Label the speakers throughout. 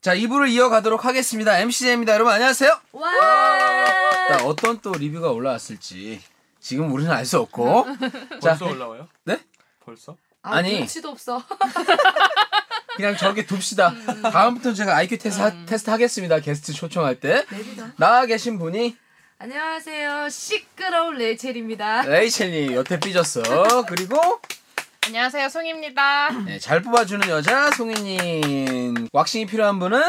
Speaker 1: 자, 2부를 이어가도록 하겠습니다. MC제입니다. 여러분, 안녕하세요.
Speaker 2: 와.
Speaker 3: 네.
Speaker 1: 자, 어떤 또 리뷰가 올라왔을지 지금 우리는 알 수 없고. 자,
Speaker 3: 벌써 올라와요?
Speaker 1: 네?
Speaker 3: 벌써?
Speaker 2: 아,
Speaker 1: 아니.
Speaker 2: 눈치도 없어.
Speaker 1: 그냥 저기 둡시다. 다음부터는 제가 IQ 테스트, 하- 테스트 하겠습니다. 게스트 초청할 때.
Speaker 3: 네.
Speaker 2: 내리다.
Speaker 1: 나와 계신 분이
Speaker 2: 안녕하세요. 시끄러운 레이첼입니다.
Speaker 1: 네. 레이첼이 여태 삐졌어. 그리고
Speaker 4: 안녕하세요, 송입니다.
Speaker 1: 네, 잘 뽑아주는 여자 송이님. 왁싱이 필요한 분은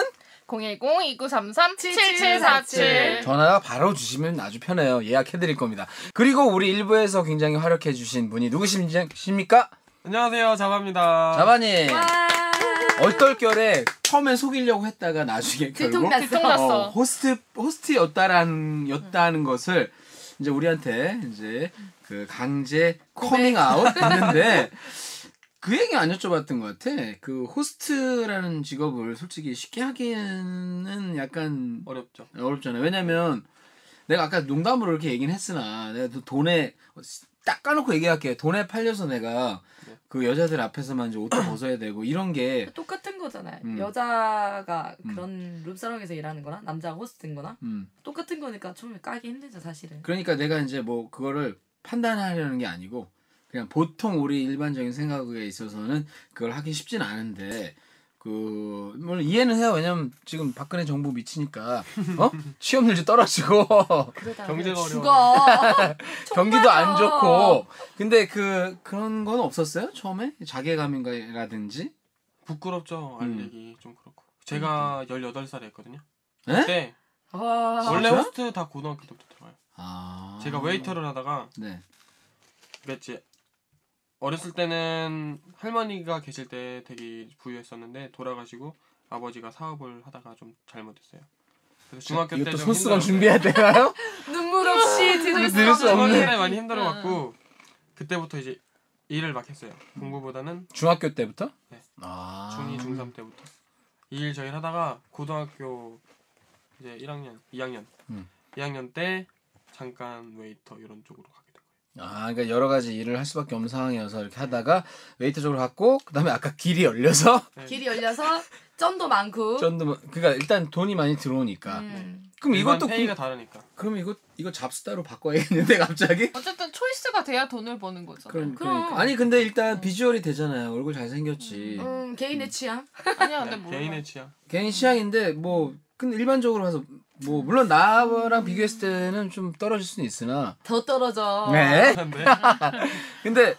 Speaker 4: 010-2933-7747.
Speaker 1: 전화 바로 주시면 아주 편해요. 예약해드릴 겁니다. 그리고 우리 1부에서 굉장히 활약해주신 분이 누구십니까?
Speaker 3: 안녕하세요, 자바입니다.
Speaker 1: 자바님.
Speaker 2: 와.
Speaker 1: 얼떨결에 처음에 속이려고 했다가 나중에 결국
Speaker 2: 들통났어.
Speaker 4: 들통났어.
Speaker 1: 어, 호스트 호스트였다라는 였다는 것을 이제 우리한테 이제 그 강제 커밍아웃 했는데 그 얘기 안 여쭤봤던 것 같아. 그 호스트라는 직업을 솔직히 쉽게 하기는 약간
Speaker 3: 어렵죠.
Speaker 1: 어렵잖아요. 왜냐면 내가 아까 농담으로 이렇게 얘기는 했으나 내가 또 돈에 딱 까놓고 얘기할게. 돈에 팔려서 내가 그 여자들 앞에서만 이제 옷도 벗어야 되고 이런 게
Speaker 2: 똑같은 거잖아요.
Speaker 1: 음.
Speaker 2: 여자가 그런 룸사롱에서 일하는 거나 남자가 호스트인 거나
Speaker 1: 음.
Speaker 2: 똑같은 거니까 좀 까기 힘들죠, 사실은.
Speaker 1: 그러니까 내가 이제 뭐 그거를 판단하려는 게 아니고 그냥 보통 우리 일반적인 생각에 있어서는 그걸 하기 쉽진 않은데 그 물론 이해는 해요. 왜냐면 지금 박근혜 정부 미치니까 어 취업률도 떨어지고
Speaker 2: 그러다
Speaker 3: 경제가
Speaker 2: 죽어.
Speaker 1: 경기도 안 좋고 근데 그 그런 건 없었어요 처음에 자괴감인가라든지
Speaker 3: 부끄럽죠,
Speaker 1: 음.
Speaker 3: 알 얘기 좀 그렇고. 제가 18살에 했거든요.
Speaker 1: 에?
Speaker 3: 네.
Speaker 2: 아,
Speaker 3: 원래
Speaker 1: 진짜요?
Speaker 3: 호스트 다 고등학교 때부터 들어가요.
Speaker 1: 아
Speaker 3: 제가 웨이터를 하다가
Speaker 1: 네
Speaker 3: 그랬지. 어렸을 때는 할머니가 계실 때 되게 부유했었는데 돌아가시고 아버지가 사업을 하다가 좀 잘못했어요. 그래서 중학교
Speaker 1: 이것도
Speaker 3: 때좀
Speaker 1: 소스감 준비해야 되나요?
Speaker 2: 눈물 없이 들을 수
Speaker 1: 들을 수
Speaker 2: 없는
Speaker 1: 없네.
Speaker 3: 중학교 때 많이 힘들어갖고 그때부터 이제 일을 막 했어요.
Speaker 1: 음.
Speaker 3: 공부보다는
Speaker 1: 중학교 때부터?
Speaker 3: 네.
Speaker 1: 아
Speaker 3: 중2, 중3 때부터 이 일 저일 하다가 고등학교 이제 1학년, 2학년
Speaker 1: 음.
Speaker 3: 2학년 때 잠깐 웨이터 이런 쪽으로 가게 된 거예요
Speaker 1: 아, 그러니까 여러 가지 일을 할 수밖에 없는 상황이어서 이렇게 하다가 웨이터 쪽으로 갔고 그다음에 아까 길이 열려서
Speaker 3: 네.
Speaker 2: 길이 열려서 점도 많고.
Speaker 1: 전도 뭐- 그러니까 일단 돈이 많이 들어오니까
Speaker 2: 음.
Speaker 1: 그럼
Speaker 3: 일반
Speaker 1: 이것도
Speaker 3: 페이가
Speaker 1: 그,
Speaker 3: 다르니까
Speaker 1: 그럼 이거 이거 잡수 따로 바꿔야겠는데 갑자기?
Speaker 4: 어쨌든 초이스가 돼야 돈을 버는 거잖아.
Speaker 1: 그럼,
Speaker 2: 그럼.
Speaker 1: 그러니까. 아니 근데 일단 비주얼이 되잖아요. 얼굴 잘 생겼지.
Speaker 2: 음, 개인의 취향.
Speaker 4: 아니야, 근데
Speaker 3: 네,
Speaker 4: 뭐.
Speaker 3: 개인의 취향
Speaker 1: 개인 취향인데 뭐 근데 일반적으로 해서 뭐 물론 나랑 비교했을 때는 좀 떨어질 수는 있으나
Speaker 2: 더 떨어져.
Speaker 1: 네.
Speaker 3: 근데
Speaker 1: 근데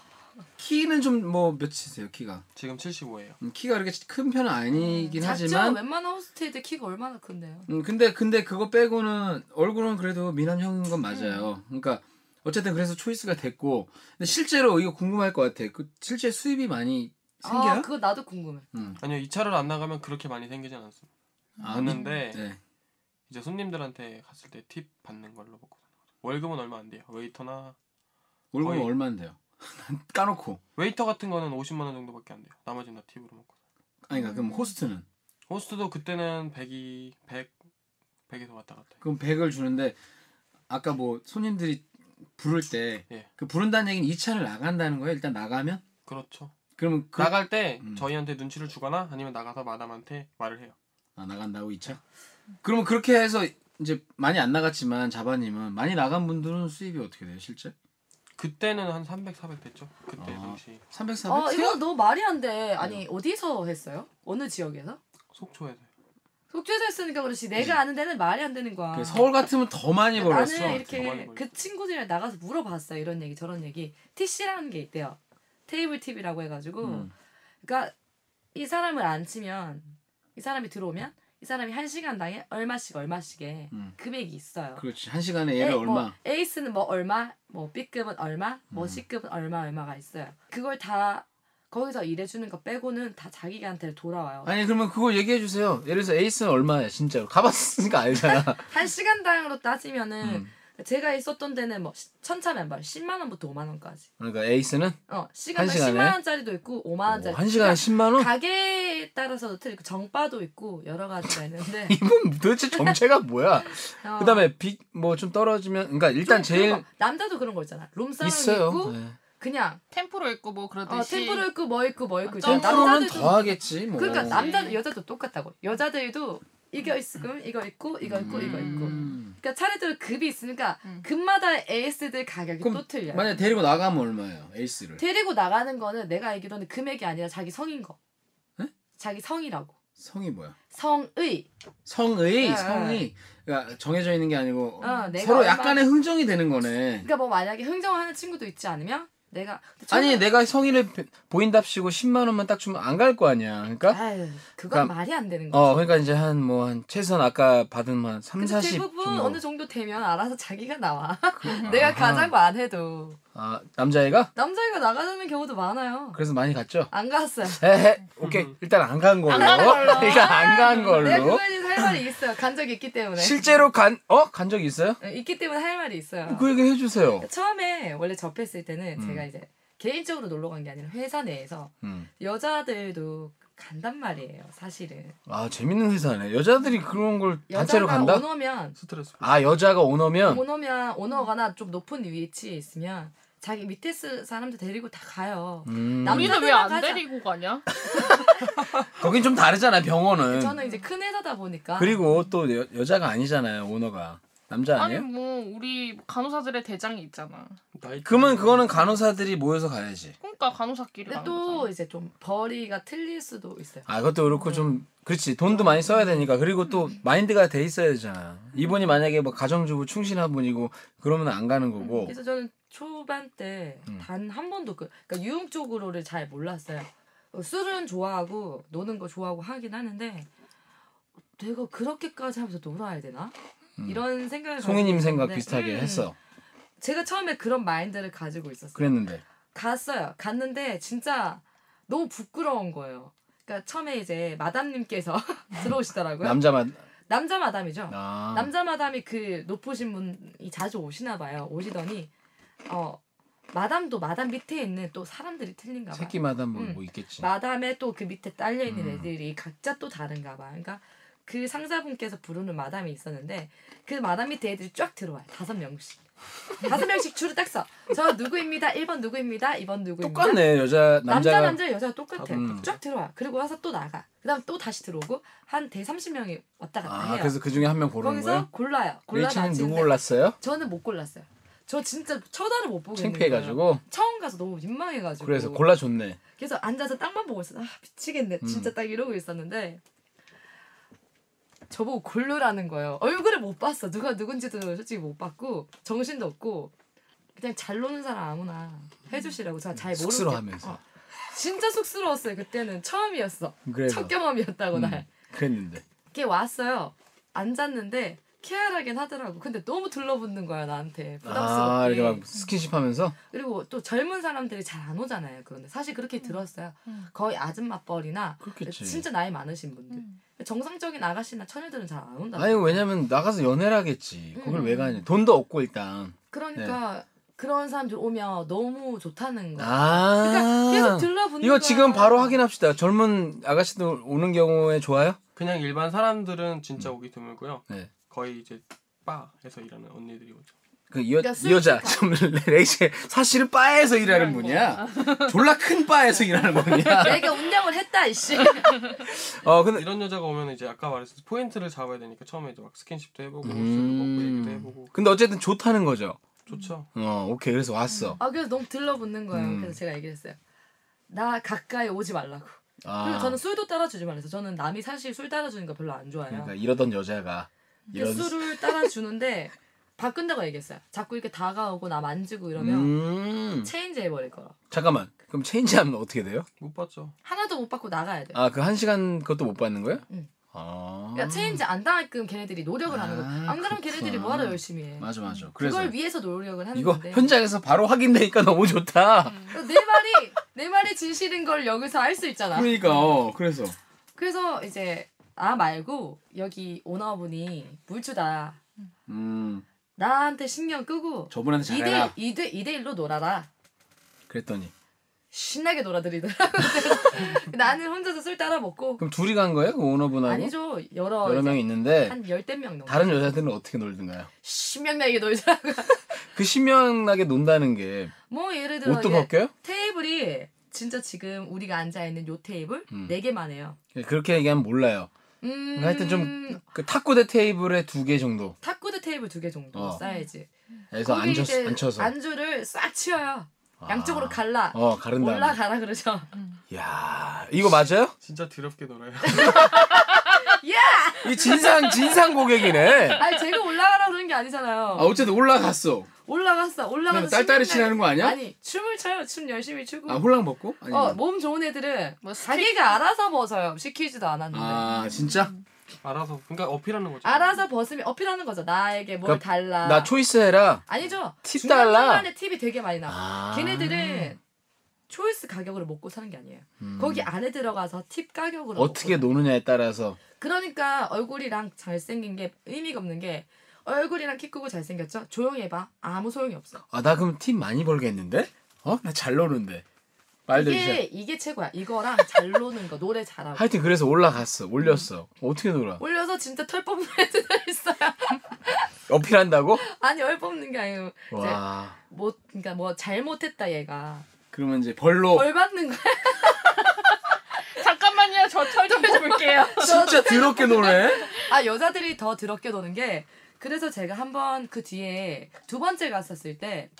Speaker 1: 키는 좀 뭐 몇이세요 키가?
Speaker 3: 지금 75예요
Speaker 1: 음, 키가 그렇게 큰 편은 아니긴
Speaker 2: 음, 작죠.
Speaker 1: 하지만
Speaker 2: 웬만한 호스트애들 키가 얼마나 큰데요?
Speaker 1: 음, 근데 근데 그거 빼고는 얼굴은 그래도 미남 형인 건 맞아요.
Speaker 2: 음.
Speaker 1: 그러니까 어쨌든 그래서 초이스가 됐고 근데 실제로 이거 궁금할 것 같아. 그 실제 수입이 많이
Speaker 2: 아,
Speaker 1: 생겨요?
Speaker 2: 그거 나도 궁금해.
Speaker 1: 음.
Speaker 3: 아니요 2차를 안 나가면 그렇게 많이 생기진 않습니다
Speaker 4: 음.
Speaker 1: 아,
Speaker 3: 없는데
Speaker 1: 네.
Speaker 3: 이제 손님들한테 갔을 때 팁 받는 걸로 먹고 사는 거죠. 월급은 얼마 안 돼요 웨이터나
Speaker 1: 월급은
Speaker 3: 거의-
Speaker 1: 얼마인데요? 까놓고.
Speaker 3: 웨이터 같은 거는 50만 원 정도밖에 안 돼요 나머지는 다 팁으로 먹고 살아요.
Speaker 1: 아니 그러니까 그럼
Speaker 4: 음.
Speaker 1: 호스트는
Speaker 3: 호스트도 그때는 100이 100 100에서 왔다 갔다 해요.
Speaker 1: 그럼 100을 주는데 아까 뭐 손님들이 부를 때 그
Speaker 3: 예.
Speaker 1: 부른다는 얘기는 2차를 나간다는 거예요. 일단 나가면
Speaker 3: 그렇죠
Speaker 1: 그러면 그
Speaker 3: 나갈 때
Speaker 1: 음.
Speaker 3: 저희한테 눈치를 주거나 아니면 나가서 마담한테 말을 해요.
Speaker 1: 아, 나간다고 2차? 그러면 그렇게 해서 이제 많이 안 나갔지만 자바님은 많이 나간 분들은 수입이 어떻게 돼요 실제?
Speaker 3: 그때는 한 300, 400 됐죠. 그때
Speaker 1: 아.
Speaker 3: 당시
Speaker 1: 300, 400?
Speaker 2: 아, 이거 너무 말이 안 돼. 아니, 어디서 했어요? 어느 지역에서?
Speaker 3: 속초에서
Speaker 2: 속초에서 했으니까 그렇지. 내가 아는 데는 말이 안 되는 거야.
Speaker 1: 음. 그 서울 같으면 더 많이 벌었어.
Speaker 2: 나는
Speaker 3: 정말
Speaker 2: 이렇게
Speaker 3: 벌었어.
Speaker 2: 그 친구들이랑 나가서 물어봤어. 이런 얘기, 저런 얘기. TC라는 게 있대요. 테이블 TV라고 해가지고.
Speaker 1: 음.
Speaker 2: 그러니까 이 사람을 안 치면, 이 사람이 들어오면, 이 사람이 한 시간당에 얼마씩 얼마씩의
Speaker 1: 음.
Speaker 2: 금액이 있어요.
Speaker 1: 그렇지 한 시간에
Speaker 2: 에,
Speaker 1: 얘를
Speaker 2: 뭐
Speaker 1: 얼마?
Speaker 2: 에이스는 뭐 얼마, 뭐 B급은 얼마, 뭐
Speaker 1: 음.
Speaker 2: C급은 얼마 얼마가 있어요. 그걸 다 거기서 일해주는 거 빼고는 다 자기한테 돌아와요.
Speaker 1: 아니 그러면 그거 얘기해 주세요. 예를 들어서 에이스는 얼마야 진짜로 가봤으니까 알잖아.
Speaker 2: 한 시간당으로 따지면은
Speaker 1: 음.
Speaker 2: 제가 있었던 데는 뭐 시- 천차 만별 10만 원부터 5만 원까지.
Speaker 1: 그러니까 에이스는
Speaker 2: 어 시간당
Speaker 1: 한 시간에?
Speaker 2: 10만 원짜리도 있고 5만 원짜리.
Speaker 1: 오, 한 시간에 10만 원?
Speaker 2: 그러니까 가게에 따라서도 틀리고 정바도 있고 여러 가지가 있는데.
Speaker 1: 이분 도대체 정체가 뭐야?
Speaker 2: 어,
Speaker 1: 그다음에 비 뭐 좀 떨어지면 그러니까 일단
Speaker 2: 좀
Speaker 1: 제일
Speaker 2: 그런 거, 남자도 그런 거 있잖아. 룸사롱
Speaker 1: 있어요.
Speaker 2: 있고
Speaker 1: 네.
Speaker 2: 그냥
Speaker 4: 템프로 있고 뭐
Speaker 2: 어,
Speaker 4: 그러듯이
Speaker 2: 템프로 있고 뭐 있고 뭐 있고 있잖아.
Speaker 1: 템프로는
Speaker 2: 남자들도
Speaker 1: 더 하겠지 뭐.
Speaker 2: 그러니까
Speaker 4: 뭐.
Speaker 2: 남자 여자도 똑같다고. 여자들도 이거 있으면 이거 있고 이거 있고 이거 있고.
Speaker 1: 음.
Speaker 2: 그러니까 차례대로 급이 있으니까
Speaker 4: 음.
Speaker 2: 급마다 에이스들 가격이
Speaker 1: 그럼
Speaker 2: 또 틀려. 요
Speaker 1: 만약 에 데리고 나가면 얼마예요? 에이스를.
Speaker 2: 예. 데리고 나가는 거는 내가 알기로는 금액이 아니라 자기 성인 거.
Speaker 1: 네?
Speaker 2: 자기 성이라고.
Speaker 1: 성이 뭐야?
Speaker 2: 성의.
Speaker 1: 성의
Speaker 2: 네.
Speaker 1: 성이 그러니까 정해져 있는 게 아니고
Speaker 2: 어, 내가
Speaker 1: 서로
Speaker 2: 얼마-
Speaker 1: 약간의 흥정이 되는 거네.
Speaker 2: 그러니까 뭐 만약에 흥정하는 친구도 있지 않으면 내가 근데
Speaker 1: 아니
Speaker 2: 저는-
Speaker 1: 내가 성의를 비- 보인답시고 10만 원만 딱 주면 안 갈 거 아니야. 그러니까
Speaker 2: 아유, 그건
Speaker 1: 그러니까-
Speaker 2: 말이 안 되는 거.
Speaker 1: 어 그러니까 이제 한 뭐 한 최소한 아까 받은 뭐 한 3,
Speaker 2: 근데
Speaker 1: 40
Speaker 2: 대부분
Speaker 1: 정도.
Speaker 2: 어느 정도 되면 알아서 자기가 나와. 내가 가자고 안 해도
Speaker 1: 아 남자애가
Speaker 2: 남자애가 나가자는 경우도 많아요.
Speaker 1: 그래서 많이 갔죠.
Speaker 2: 안 갔어요.
Speaker 1: 에헤
Speaker 2: 네.
Speaker 1: 오케이 일단 안 간 걸로.
Speaker 4: 간 걸로.
Speaker 1: 일단 안 간
Speaker 2: 내가
Speaker 1: 걸로.
Speaker 2: 네, 그거에 대해서 할 말이 있어요. 간 적이 있기 때문에.
Speaker 1: 실제로 간어간 적이 있어요?
Speaker 2: 어, 있기 때문에 할 말이 있어요.
Speaker 1: 그 얘기 해주세요.
Speaker 2: 처음에 원래 접했을 때는
Speaker 1: 음.
Speaker 2: 제가 이제 개인적으로 놀러 간 게 아니라 회사 내에서
Speaker 1: 음.
Speaker 2: 여자들도 간단 말이에요. 사실은
Speaker 1: 아 재밌는 회사네. 여자들이 그런 걸 단체로
Speaker 2: 여자가
Speaker 1: 간다?
Speaker 2: 오너면
Speaker 3: 스트레스. 받-
Speaker 1: 아 여자가 오너면
Speaker 2: 오너면 오너거나 좀 높은 위치에 있으면 자기 밑에 스 사람들 데리고 다 가요.
Speaker 1: 음.
Speaker 2: 남-
Speaker 4: 우리는 왜 안
Speaker 2: 가자.
Speaker 4: 데리고 가냐?
Speaker 1: 거긴 좀 다르잖아 병원은.
Speaker 2: 저는 이제 큰 회사다 보니까
Speaker 1: 음. 그리고 또 여, 여자가 아니잖아요 오너가 남자
Speaker 4: 아니
Speaker 1: 아니에요?
Speaker 4: 뭐 우리 간호사들의 대장이 있잖아.
Speaker 3: 나이-
Speaker 1: 그러면 그거는 간호사들이 모여서 가야지.
Speaker 4: 그러니까 간호사끼리
Speaker 2: 근데
Speaker 4: 가는
Speaker 2: 또
Speaker 4: 거잖아.
Speaker 2: 이제 좀 벌이가 틀릴 수도 있어요.
Speaker 1: 아 그것도 그렇고 좀 그렇지 돈도 많이 써야 되니까 그리고 또 마인드가 돼 있어야 되잖아. 이분이 만약에 뭐 가정주부 충실한 분이고 그러면 안 가는 거고.
Speaker 2: 그래서 저는 초반 때
Speaker 1: 어. 음.
Speaker 2: 단 한 번도 그 그러니까 유흥 쪽으로를 잘 몰랐어요. 어, 술은 좋아하고 노는 거 좋아하고 하긴 하는데 내가 그렇게까지 하면서 놀아야 되나?
Speaker 1: 음.
Speaker 2: 이런 생각을
Speaker 1: 송이님
Speaker 2: 가지고
Speaker 1: 생각
Speaker 2: 있었는데,
Speaker 1: 비슷하게
Speaker 2: 음,
Speaker 1: 했어.
Speaker 2: 제가 처음에 그런 마인드를 가지고 있었어요.
Speaker 1: 그랬는데.
Speaker 2: 갔어요. 갔는데 진짜 너무 부끄러운 거예요. 그러니까 처음에 이제 마담님께서 들어오시더라고요.
Speaker 1: 남자만
Speaker 2: 남자 마담이죠.
Speaker 1: 아.
Speaker 2: 남자 마담이 그 높으신 분이 자주 오시나 봐요. 오시더니 어 마담도 마담 밑에 있는 또 사람들이 틀린가 봐요.
Speaker 1: 새끼마다 뭐,
Speaker 2: 음.
Speaker 1: 뭐 있겠지.
Speaker 2: 마담에 또 그 밑에 딸려 있는
Speaker 1: 음.
Speaker 2: 애들이 각자 또 다른가 봐. 그러니까 그 상사분께서 부르는 마담이 있었는데 그 마담 밑에 애들이 쫙 들어와요. 다섯 명씩. 다섯 명씩 줄을 딱 서. 저 누구입니다. 1번 누구입니다. 2번 누구입니다.
Speaker 1: 똑같네 여자
Speaker 2: 남자
Speaker 1: 남자가
Speaker 2: 남자 여자 똑같아.
Speaker 1: 음.
Speaker 2: 쫙 들어와. 그리고 와서 또 나가. 그다음 또 다시 들어오고 한 대 30명이 왔다 갔다
Speaker 1: 아
Speaker 2: 해요.
Speaker 1: 그래서 그 중에 한 명 고르는
Speaker 2: 거기서 음.
Speaker 1: 거예요?
Speaker 2: 골라요. 골라
Speaker 1: 레이치는 누구
Speaker 2: 맞히는데
Speaker 1: 골랐어요?
Speaker 2: 저는 못 골랐어요. 저 진짜 쳐다를 못 보겠는 거예요.
Speaker 1: 창피해가지고
Speaker 2: 처음 음. 가서 너무 민망해가지고.
Speaker 1: 그래서 골라줬네.
Speaker 2: 그래서 앉아서 땅만 보고 있었어. 아 미치겠네.
Speaker 1: 음.
Speaker 2: 진짜 딱 이러고 있었는데 저보고 고르라는 거예요. 얼굴을 못 봤어. 누가 누군지도 솔직히 못 봤고 정신도 없고 그냥 잘 노는 사람 아무나 해주시라고 제가 잘 모르고
Speaker 1: 쑥스러워하면서.
Speaker 2: 어. 진짜 쑥스러웠어요. 그때는 처음이었어.
Speaker 1: 그래서
Speaker 2: 첫 경험이었다고
Speaker 1: 음.
Speaker 2: 나.
Speaker 1: 그랬는데.
Speaker 2: 이게 왔어요. 앉았는데 케어하긴 하더라고. 근데 너무 둘러붙는 거야 나한테
Speaker 1: 아
Speaker 2: 부담스럽게.
Speaker 1: 이렇게 막 스킨십하면서
Speaker 2: 그리고 또 젊은 사람들이 잘 안 오잖아요. 그런데 사실 그렇게 들었어요.
Speaker 4: 음.
Speaker 2: 거의 아줌마뻘이나
Speaker 1: 그렇겠지.
Speaker 2: 진짜 나이 많으신 분들.
Speaker 4: 음.
Speaker 2: 정상적인 아가씨나 처녀들은 잘 안 온다.
Speaker 1: 아니 왜냐면 나가서 연애를 하겠지. 그걸
Speaker 2: 음.
Speaker 1: 왜 가냐. 돈도 없고 일단.
Speaker 2: 그러니까 그런 사람들 오면 너무 좋다는 거.
Speaker 1: 네. 아.
Speaker 2: 그러니까 계속 들러붙는
Speaker 1: 이거
Speaker 2: 거야.
Speaker 1: 지금 바로 확인합시다. 젊은 아가씨도 오는 경우에 좋아요?
Speaker 3: 그냥 일반 사람들은
Speaker 1: 음.
Speaker 3: 진짜 오기 드물고요.
Speaker 1: 네.
Speaker 3: 거의 이제 바에서 일하는 언니들이 오죠.
Speaker 1: 그 여,
Speaker 2: 그러니까
Speaker 1: 이 여자 좀 레이시 사실은 바에서 일하는
Speaker 4: 일하는
Speaker 1: 분이야. 졸라 큰 바에서 일하는 분이야.
Speaker 2: 내가 운영을 했다 이씨.
Speaker 1: 어 근데
Speaker 3: 이런 여자가 오면 이제 아까 말했듯이 포인트를 잡아야 되니까 처음에 이제 막 스킨십도 해보고 술도 먹고
Speaker 1: 음.
Speaker 3: 얘기도 해보고
Speaker 1: 근데 어쨌든 좋다는 거죠.
Speaker 3: 좋죠.
Speaker 1: 어 오케이 그래서 왔어.
Speaker 2: 아 그래서 너무 들러붙는 거예요.
Speaker 1: 음.
Speaker 2: 그래서 제가 얘기했어요. 나 가까이 오지 말라고. 그리고
Speaker 1: 아
Speaker 2: 저는 술도 따라주지 말래서 저는 남이 사실 술 따라주는 거 별로 안 좋아해요.
Speaker 1: 그러니까 이러던 여자가
Speaker 2: 근데
Speaker 1: 이런
Speaker 2: 술을 따라주는데 바꾼다고 얘기했어요. 자꾸 이렇게 다가오고 나 만지고 이러면 그
Speaker 1: 음
Speaker 2: 체인지 해버릴 거라.
Speaker 1: 잠깐만 그럼 체인지하면 어떻게 돼요?
Speaker 3: 못 봤죠.
Speaker 2: 하나도 못 받고 나가야 돼. 요
Speaker 1: 아 그 한 시간 그것도 못 받는 거예요?
Speaker 2: 네. 응.
Speaker 1: 아
Speaker 2: 그러니까 체인지 안 당할끔 걔네들이 노력을 하는 거야.
Speaker 1: 아,
Speaker 2: 안 그러면
Speaker 1: 그렇구나.
Speaker 2: 걔네들이 뭐하러 열심히 해.
Speaker 1: 맞아 맞아. 그래서
Speaker 2: 그걸 위해서 노력을 하는
Speaker 1: 이거
Speaker 2: 건데. 음,
Speaker 1: 현장에서 바로 확인되니까 너무 좋다.
Speaker 2: 내 말이 내 말이 진실인 걸 여기서 알 수 있잖아.
Speaker 1: 그러니까 어 그래서
Speaker 2: 그래서 이제 나 말고 여기 오너분이 물주다.
Speaker 1: 음
Speaker 2: 나한테 신경 끄고
Speaker 1: 저분한테
Speaker 2: 2대 2대 2대 1로 놀아라.
Speaker 1: 그랬더니
Speaker 2: 신나게 놀아드리더라고. 나는 혼자서 술 따라 먹고
Speaker 1: 그럼 둘이 간 거예요? 그 오너분하고
Speaker 2: 아니죠 여러
Speaker 1: 여러 명이 있는데
Speaker 2: 한 열댓 명 넘어.
Speaker 1: 다른 여자들은 어떻게 놀던가요?
Speaker 2: 신명나게 놀자고.
Speaker 1: 그 신명나게 논다는 게
Speaker 2: 뭐 예를 들어
Speaker 1: 옷도
Speaker 2: 이게
Speaker 1: 바뀌어요?
Speaker 2: 테이블이 진짜 지금 우리가 앉아 있는 요 테이블
Speaker 1: 음.
Speaker 2: 네 개만 해요.
Speaker 1: 그렇게 얘기하면 몰라요.
Speaker 2: 음,
Speaker 1: 하여튼 좀- 그 탁구대 테이블에 두 개 정도
Speaker 2: 탁구대 테이블 두 개 정도
Speaker 1: 어.
Speaker 2: 사이즈.
Speaker 1: 해서
Speaker 2: 거기
Speaker 1: 앉혀,
Speaker 2: 이제
Speaker 1: 앉혀서
Speaker 2: 안주를 싹 치워요.
Speaker 1: 아.
Speaker 2: 양쪽으로 갈라.
Speaker 1: 어 가른 다음에
Speaker 2: 올라가라 그러죠.
Speaker 1: 야 이거 맞아요?
Speaker 3: 진짜 더럽게 놀아요.
Speaker 1: 이 진상 진상 고객이네.
Speaker 2: 아니 제가 올라가라 그러는 게 아니잖아요.
Speaker 1: 아 어쨌든 올라갔어.
Speaker 2: 올라갔어. 올라가서
Speaker 1: 그냥 딸딸이
Speaker 2: 신나게-
Speaker 1: 치라는 거 아니야?
Speaker 2: 아니 춤을 춰요. 춤 열심히 추고.
Speaker 1: 아 홀랑 벗고? 아니.
Speaker 2: 어, 몸 좋은 애들은
Speaker 4: 뭐 스틱-
Speaker 2: 자기가 알아서 벗어요. 시키지도 않았는데.
Speaker 1: 아 진짜?
Speaker 3: 알아서 그러니까 어필하는 거죠.
Speaker 2: 알아서 벗으면 어필하는 거죠. 나에게 뭘
Speaker 1: 그러니까
Speaker 2: 달라.
Speaker 1: 나 초이스 해라.
Speaker 2: 아니죠.
Speaker 1: 팁 달라.
Speaker 2: 중간에 팁이 되게 많이 나. 와
Speaker 1: 아.
Speaker 2: 걔네들은 초이스 가격으로 먹고 사는 게 아니에요.
Speaker 1: 음.
Speaker 2: 거기 안에 들어가서 팁 가격으로
Speaker 1: 어떻게
Speaker 2: 먹고
Speaker 1: 노느냐에 따라서
Speaker 2: 사- 그러니까 얼굴이랑 잘생긴 게 의미가 없는 게 얼굴이랑 키 크고 잘생겼죠? 조용히 해봐. 아무 소용이 없어.
Speaker 1: 아 나 그럼 팀 많이 벌겠는데? 어? 나 잘 노는데. 말도 이제.
Speaker 2: 이게 이게 최고야. 이거랑 잘 노는 거 노래 잘하고
Speaker 1: 하여튼 그래서 올라갔어. 올렸어. 어떻게 놀아?
Speaker 2: 올려서 진짜 털 뽑는 애들 있어요.
Speaker 1: 어필한다고?
Speaker 2: 아니 얼 뽑는 게 아니고
Speaker 1: 와.
Speaker 2: 뭐 그러니까 뭐 잘못했다 얘가
Speaker 1: 그러면 이제 벌로
Speaker 2: 벌 받는 거야.
Speaker 4: 잠깐만요. 저 털 좀 볼게요.
Speaker 1: 진짜 더럽게 노네.
Speaker 2: 아 여자들이 더 더럽게 노는 게 그래서 제가 한번 그 뒤에 두 번째 갔었을 때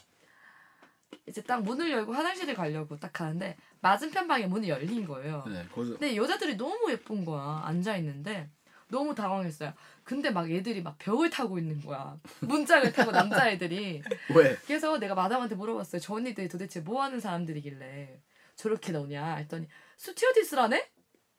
Speaker 2: 이제 딱 문을 열고 화장실을 가려고 딱 가는데 맞은편 방에 문이 열린 거예요.
Speaker 1: 네, 거기서
Speaker 2: 근데 여자들이 너무 예쁜 거야 앉아 있는데 너무 당황했어요. 근데 막 얘들이 막 벽을 타고 있는 거야. 문짝을 타고 남자애들이.
Speaker 1: 왜?
Speaker 2: 그래서 내가 마담한테 물어봤어요. 저 언니들이 도대체 뭐 하는 사람들이길래 저렇게 나오냐 했더니 스튜어디스라네?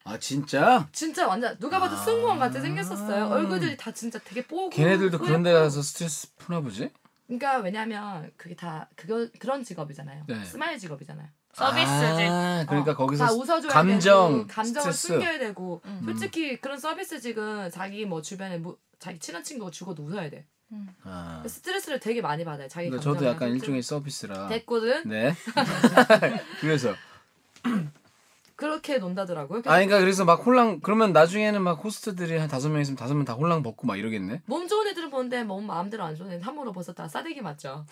Speaker 1: 아 진짜?
Speaker 2: 진짜 완전 누가 봐도
Speaker 1: 아.
Speaker 2: 승무원 같이 생겼었어요. 얼굴들이 다 진짜 되게 뽀고
Speaker 1: 걔네들도 그런 데
Speaker 2: 뿌옇고.
Speaker 1: 가서 스트레스 푸나 보지?
Speaker 2: 그러니까 왜냐면 그게 다 그거 그런 직업이잖아요.
Speaker 1: 네.
Speaker 2: 스마일 직업이잖아요.
Speaker 4: 서비스지.
Speaker 1: 아, 그러니까
Speaker 2: 어,
Speaker 1: 거기서
Speaker 2: 다 웃어줘야
Speaker 1: 감정,
Speaker 2: 되고 감정을
Speaker 1: 스트레스.
Speaker 2: 숨겨야 되고
Speaker 4: 음.
Speaker 2: 솔직히 그런 서비스직은 자기 뭐 주변에 뭐 자기 친한 친구가 죽어도 웃어야 돼.
Speaker 1: 아.
Speaker 2: 스트레스를 되게 많이 받아요. 자기
Speaker 1: 그러니까
Speaker 2: 감정.
Speaker 1: 저도 약간 일종의 서비스라.
Speaker 2: 됐거든
Speaker 1: 네. 그래서
Speaker 2: 그렇게 논다더라고요.
Speaker 1: 아 그러니까 그래서 막 홀랑 그러면 나중에는 막 호스트들이 한 다섯 명 있으면 다섯 명 다 홀랑 벗고 막 이러겠네.
Speaker 2: 몸 좋은 애들은 보는데 뭐 몸 마음대로 안 좋은 애는 함부로 벗었다 싸대기 맞죠.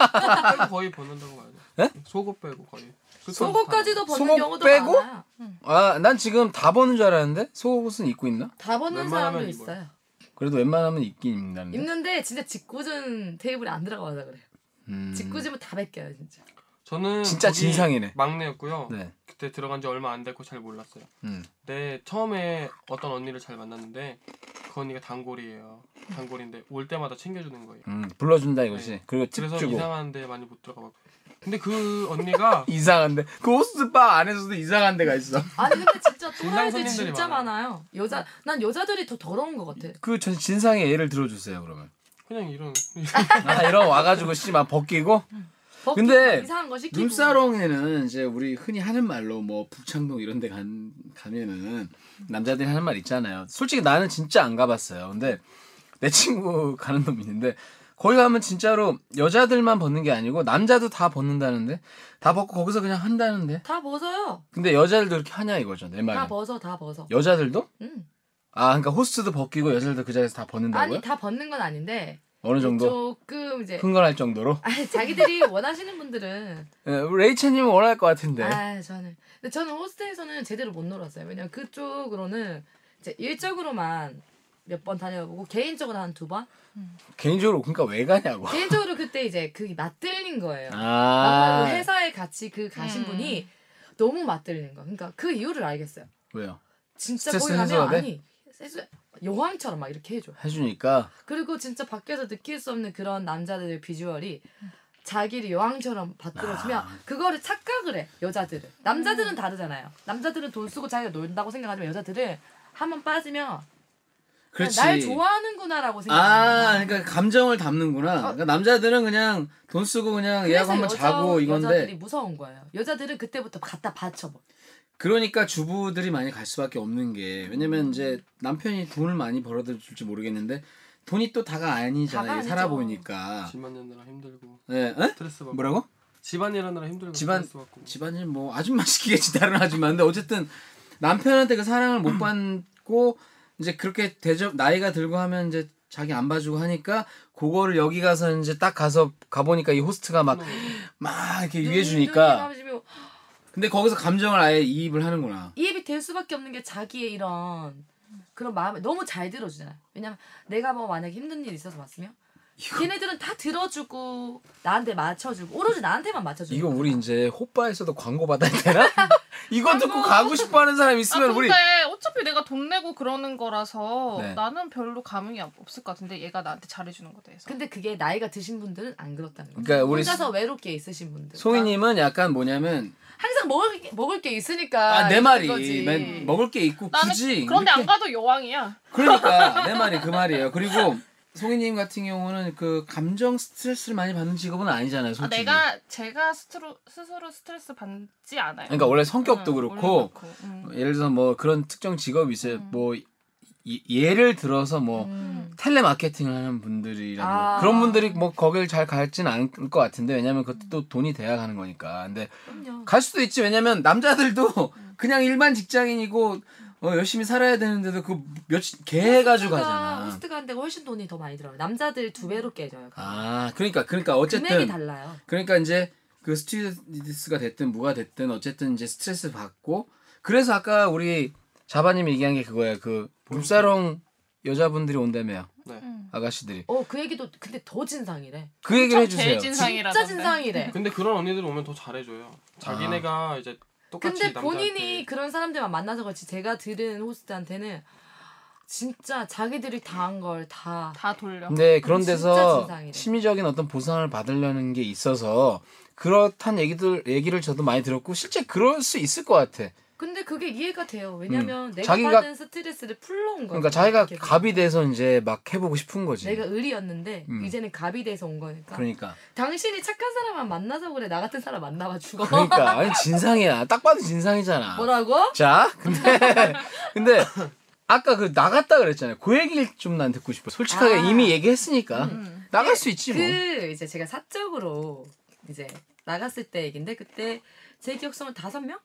Speaker 3: 아, 빼고 거의 벗는다고 봐야 돼.
Speaker 1: 네?
Speaker 3: 속옷 빼고 거의. 그
Speaker 2: 속옷까지도 벗는
Speaker 1: 속옷
Speaker 2: 경우도
Speaker 1: 빼고?
Speaker 2: 많아요.
Speaker 1: 아 난 지금 다 벗는 줄 알았는데 속옷은 입고 있나?
Speaker 2: 다 벗는
Speaker 3: 웬만하면
Speaker 2: 사람도
Speaker 3: 입어요.
Speaker 2: 있어요.
Speaker 1: 그래도 웬만하면 입긴 입는다는데.
Speaker 2: 입는데 진짜 짓궂은 테이블에 안 들어가서 그래요.
Speaker 1: 음.
Speaker 2: 짓궂으면 다 벗겨요 진짜.
Speaker 3: 저는
Speaker 1: 진짜
Speaker 3: 거기
Speaker 1: 진상이네.
Speaker 3: 막내였고요.
Speaker 1: 네.
Speaker 3: 그때 들어간 지 얼마 안 됐고 잘 몰랐어요.
Speaker 1: 음.
Speaker 3: 근데 처음에 어떤 언니를 잘 만났는데 그 언니가 단골이에요. 단골인데 올 때마다 챙겨주는 거예요.
Speaker 1: 음. 불러준다 이거지.
Speaker 3: 네.
Speaker 1: 그리고 팁
Speaker 3: 그래서
Speaker 1: 주고.
Speaker 3: 이상한데 많이 못 들어가고. 근데 그 언니가
Speaker 1: 이상한데 그 호스트 바 안에서도 이상한 데가 있어.
Speaker 2: 아니 근데 진짜
Speaker 3: 진상
Speaker 2: 또라이들
Speaker 3: 손님들이
Speaker 2: 진짜
Speaker 3: 많아요.
Speaker 2: 많아요. 여자 난 여자들이 더 더러운 것 같아.
Speaker 1: 그 전- 진상의 예를 들어주세요 그러면.
Speaker 3: 그냥 이런
Speaker 1: 아 이런 와가지고 씨막 벗기고
Speaker 2: 벗기고
Speaker 1: 근데
Speaker 2: 이상한 거 시키고
Speaker 1: 눈사롱에는 이제 우리 흔히 하는 말로 뭐 북창동 이런 데 간, 가면은 남자들이 하는 말 있잖아요. 솔직히 나는 진짜 안 가봤어요. 근데 내 친구 가는 놈이 있는데 거기 가면 진짜로 여자들만 벗는 게 아니고 남자도 다 벗는다는데 다 벗고 거기서 그냥 한다는데
Speaker 2: 다 벗어요.
Speaker 1: 근데 여자들도 이렇게 하냐 이거죠 내
Speaker 2: 다
Speaker 1: 말은
Speaker 2: 벗어 다 벗어.
Speaker 1: 여자들도?
Speaker 2: 음.
Speaker 1: 아 그러니까 호스트도 벗기고 여자들도 그 자리에서 다 벗는다고요?
Speaker 2: 아니 다 벗는 건 아닌데
Speaker 1: 어느 정도?
Speaker 2: 조금 이제
Speaker 1: 흥건할 정도로?
Speaker 2: 아니, 자기들이 원하시는 분들은
Speaker 1: 예, 레이첼님은 원할 것 같은데
Speaker 2: 아 저는 근데 저는 호스텔에서는 제대로 못 놀았어요. 왜냐면 그쪽으로는 이제 일적으로만 몇 번 다녀보고 개인적으로 한 두 번.
Speaker 1: 개인적으로 그러니까 왜 가냐고
Speaker 2: 개인적으로 그때 이제 그게 맞들린 거예요.
Speaker 1: 아
Speaker 2: 아마 그 회사에 같이 그 가신
Speaker 4: 음.
Speaker 2: 분이 너무 맞들린 거. 그러니까 그 이유를 알겠어요.
Speaker 1: 왜요?
Speaker 2: 진짜
Speaker 1: 스트레스
Speaker 2: 거기 가면
Speaker 1: 해소가 돼?
Speaker 2: 아니 해소- 여왕처럼 막 이렇게 해줘.
Speaker 1: 해주니까
Speaker 2: 그리고 진짜 밖에서 느낄 수 없는 그런 남자들의 비주얼이 자기를 여왕처럼 받들어주면
Speaker 1: 아.
Speaker 2: 그거를 착각을 해 여자들은
Speaker 1: 음.
Speaker 2: 남자들은 다르잖아요 남자들은 돈 쓰고 자기가 놀다고 생각하지만 여자들은 한 번 빠지면 그냥
Speaker 1: 그렇지.
Speaker 2: 날 좋아하는구나라고 어.
Speaker 1: 아,
Speaker 2: 생각해요
Speaker 1: 그러니까 감정을 담는구나. 그러니까 남자들은 그냥 돈 쓰고 그냥 예약 한번 자고 이건데
Speaker 2: 여자들이 무서운 거예요 여자들은 그때부터 갖다 받쳐버 뭐.
Speaker 1: 그러니까 주부들이 많이 갈 수밖에 없는 게
Speaker 2: 음.
Speaker 1: 왜냐면 이제 남편이 돈을 많이 벌어들일지 모르겠는데 돈이 또 다가
Speaker 2: 다가
Speaker 1: 아니잖아요. 이게
Speaker 2: 아니죠.
Speaker 1: 살아보니까.
Speaker 3: 집안 일하느라 힘들고
Speaker 1: 예, 예?
Speaker 3: 스트레스 받고
Speaker 1: 뭐라고?
Speaker 3: 집안 일하느라 힘들고
Speaker 1: 집안-
Speaker 3: 스트레스 받고
Speaker 1: 집안일 뭐 아줌마 시키겠지 다른 아줌마인데 어쨌든 남편한테 그 사랑을 못 받고 이제 그렇게 대접 나이가 들고 하면 이제 자기 안 봐주고 하니까 그거를 여기 가서 이제 딱 가서 가보니까 이 호스트가 막 막
Speaker 4: 음.
Speaker 1: 이렇게
Speaker 4: 네,
Speaker 1: 위해 주니까 근데 거기서 감정을 아예 이입을 하는구나.
Speaker 2: 이입이 될 수밖에 없는 게 자기의 이런 그런 마음을 너무 잘 들어주잖아요. 왜냐면 내가 뭐 만약에 힘든 일이 있어서 왔으면 걔네들은 다 들어주고 나한테 맞춰주고 오로지 나한테만 맞춰주고
Speaker 1: 이거 우리 이제 호빠에서도 광고 받아야 되나? 이거 듣고
Speaker 4: 광고.
Speaker 1: 가고 싶어 하는 사람
Speaker 4: 아,
Speaker 1: 있으면
Speaker 4: 근데
Speaker 1: 우리
Speaker 4: 어차피 내가 돈 내고 그러는 거라서
Speaker 1: 네.
Speaker 4: 나는 별로 감흥이 없을 것 같은데 얘가 나한테 잘해주는 거에 대해서.
Speaker 2: 근데 그게 나이가 드신 분들은 안 그렇다는 거예요.
Speaker 1: 그러니까 우리
Speaker 2: 혼자서 외롭게 있으신 분들. 그러니까
Speaker 1: 송이님은 약간 뭐냐면
Speaker 2: 항상 먹을 게, 먹을 게 있으니까
Speaker 1: 아 내
Speaker 2: 있는
Speaker 1: 말이
Speaker 2: 거지.
Speaker 1: 맨 먹을 게 있고
Speaker 4: 나는
Speaker 1: 굳이
Speaker 4: 그런데 안
Speaker 1: 이렇게-
Speaker 4: 가도 여왕이야.
Speaker 1: 그러니까 내 말이 그 말이에요. 그리고 송이님 같은 경우는 그 감정 스트레스를 많이 받는 직업은 아니잖아요,
Speaker 4: 아,
Speaker 1: 솔직히.
Speaker 4: 내가 제가 스스로 스스로 스트레스 받지 않아요.
Speaker 1: 그러니까 원래 성격도
Speaker 4: 응, 음, 원래
Speaker 1: 그렇고
Speaker 4: 응.
Speaker 1: 예를 들어서 뭐 그런 특정 직업이 있어요.
Speaker 4: 음.
Speaker 1: 뭐 이- 예를 들어서 뭐
Speaker 2: 음.
Speaker 1: 텔레마케팅을 하는 분들이라는
Speaker 2: 아.
Speaker 1: 거. 그런 분들이 뭐 거길 잘 갈진 않을 것 같은데 왜냐면 그것도 돈이 돼야 가는 거니까. 근데
Speaker 2: 그럼요.
Speaker 1: 갈 수도 있지 왜냐면 남자들도 그냥 일반 직장인이고 어, 열심히 살아야 되는데도 그 며칠 개 해가지고 가잖아.
Speaker 2: 호스트가 한데 훨씬 돈이 더 많이 들어요. 남자들
Speaker 4: 음.
Speaker 2: 두 배로 깨져요.
Speaker 1: 아 그러니까 그러니까 어쨌든
Speaker 2: 금액이 달라요.
Speaker 1: 그러니까 이제 그 스튜디스가 됐든 뭐가 됐든 어쨌든 이제 스트레스 받고 그래서 아까 우리 자바님이 얘기한 게 그거야 그 룸사롱 여자분들이 온다며요
Speaker 4: 응.
Speaker 1: 아가씨들이
Speaker 2: 어 그 얘기도 근데 더 진상이래.
Speaker 1: 그 얘기를
Speaker 4: 엄청
Speaker 1: 해주세요
Speaker 2: 진짜
Speaker 4: 대진상이라던데.
Speaker 2: 진상이래.
Speaker 3: 근데 그런 언니들 오면 더 잘해줘요.
Speaker 1: 아.
Speaker 3: 자기네가 이제 똑같이
Speaker 2: 근데
Speaker 3: 남자한테
Speaker 2: 본인이 그런 사람들만 만나서 그렇지 제가 들은 호스트한테는 진짜 자기들이 다 한 걸 다
Speaker 4: 다 돌려.
Speaker 1: 근데 네, 그런
Speaker 2: 진짜
Speaker 1: 데서
Speaker 2: 진상이래.
Speaker 1: 심리적인 어떤 보상을 받으려는 게 있어서 그렇단 얘기들 얘기를 저도 많이 들었고 실제 그럴 수 있을 것 같아
Speaker 2: 근데 그게 이해가 돼요. 왜냐면 내가
Speaker 1: 음. 자기가-
Speaker 2: 받은 스트레스를 풀러온 거야.
Speaker 1: 그러니까 자기가
Speaker 2: 이렇게.
Speaker 1: 갑이 돼서 이제 막 해보고 싶은 거지
Speaker 2: 내가 을이었는데
Speaker 1: 음.
Speaker 2: 이제는 갑이 돼서 온 거니까.
Speaker 1: 그러니까
Speaker 2: 당신이 착한 사람만 만나서 그래. 나 같은 사람 만나봐 죽어.
Speaker 1: 그러니까 아니 진상이야 딱 봐도 진상이잖아
Speaker 2: 뭐라고?
Speaker 1: 자, 근데 근데 아까 그 나갔다 그랬잖아요. 그 얘기를 좀 난 듣고 싶어. 솔직하게
Speaker 2: 아. 네,
Speaker 1: 이미 얘기했으니까
Speaker 4: 음.
Speaker 1: 나갈 수 있지 뭐.
Speaker 2: 그 이제 제가 사적으로 이제 나갔을 때 얘긴데 그때 제 기억성은 다섯 명?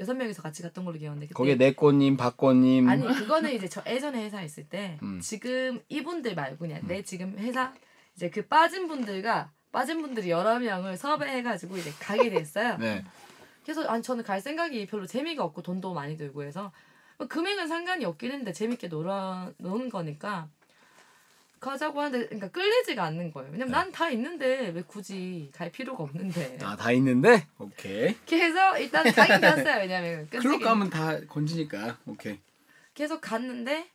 Speaker 2: 여섯 명이서 같이 갔던 걸로 기억하는데 그때
Speaker 1: 거기에 내 꽃님, 박 꽃님.
Speaker 2: 예. 아니 그거는 이제 저 예전에 회사 있을 때
Speaker 1: 음.
Speaker 2: 지금 이분들 말고 그냥 내 지금 회사 이제 그 빠진 분들과 빠진 분들이 여러 명을 섭외해가지고 이제 가게 됐어요.
Speaker 1: 네.
Speaker 2: 그래서 아니 저는 갈 생각이 별로 재미가 없고 돈도 많이 들고 해서 뭐 금액은 상관이 없긴 했는데 재밌게 놀아 노는 거니까 가자고 하는데 그러니까 끌리지가 않는 거예요. 왜냐면
Speaker 1: 네.
Speaker 2: 난 다 있는데 왜 굳이 갈 필요가 없는데.
Speaker 1: 아, 다 있는데. 오케이.
Speaker 2: 그래서 일단 가긴 갔어요. 왜냐면
Speaker 1: 클럽
Speaker 2: 끈질긴
Speaker 1: 가면 다 건지니까. 오케이.
Speaker 2: 계속 갔는데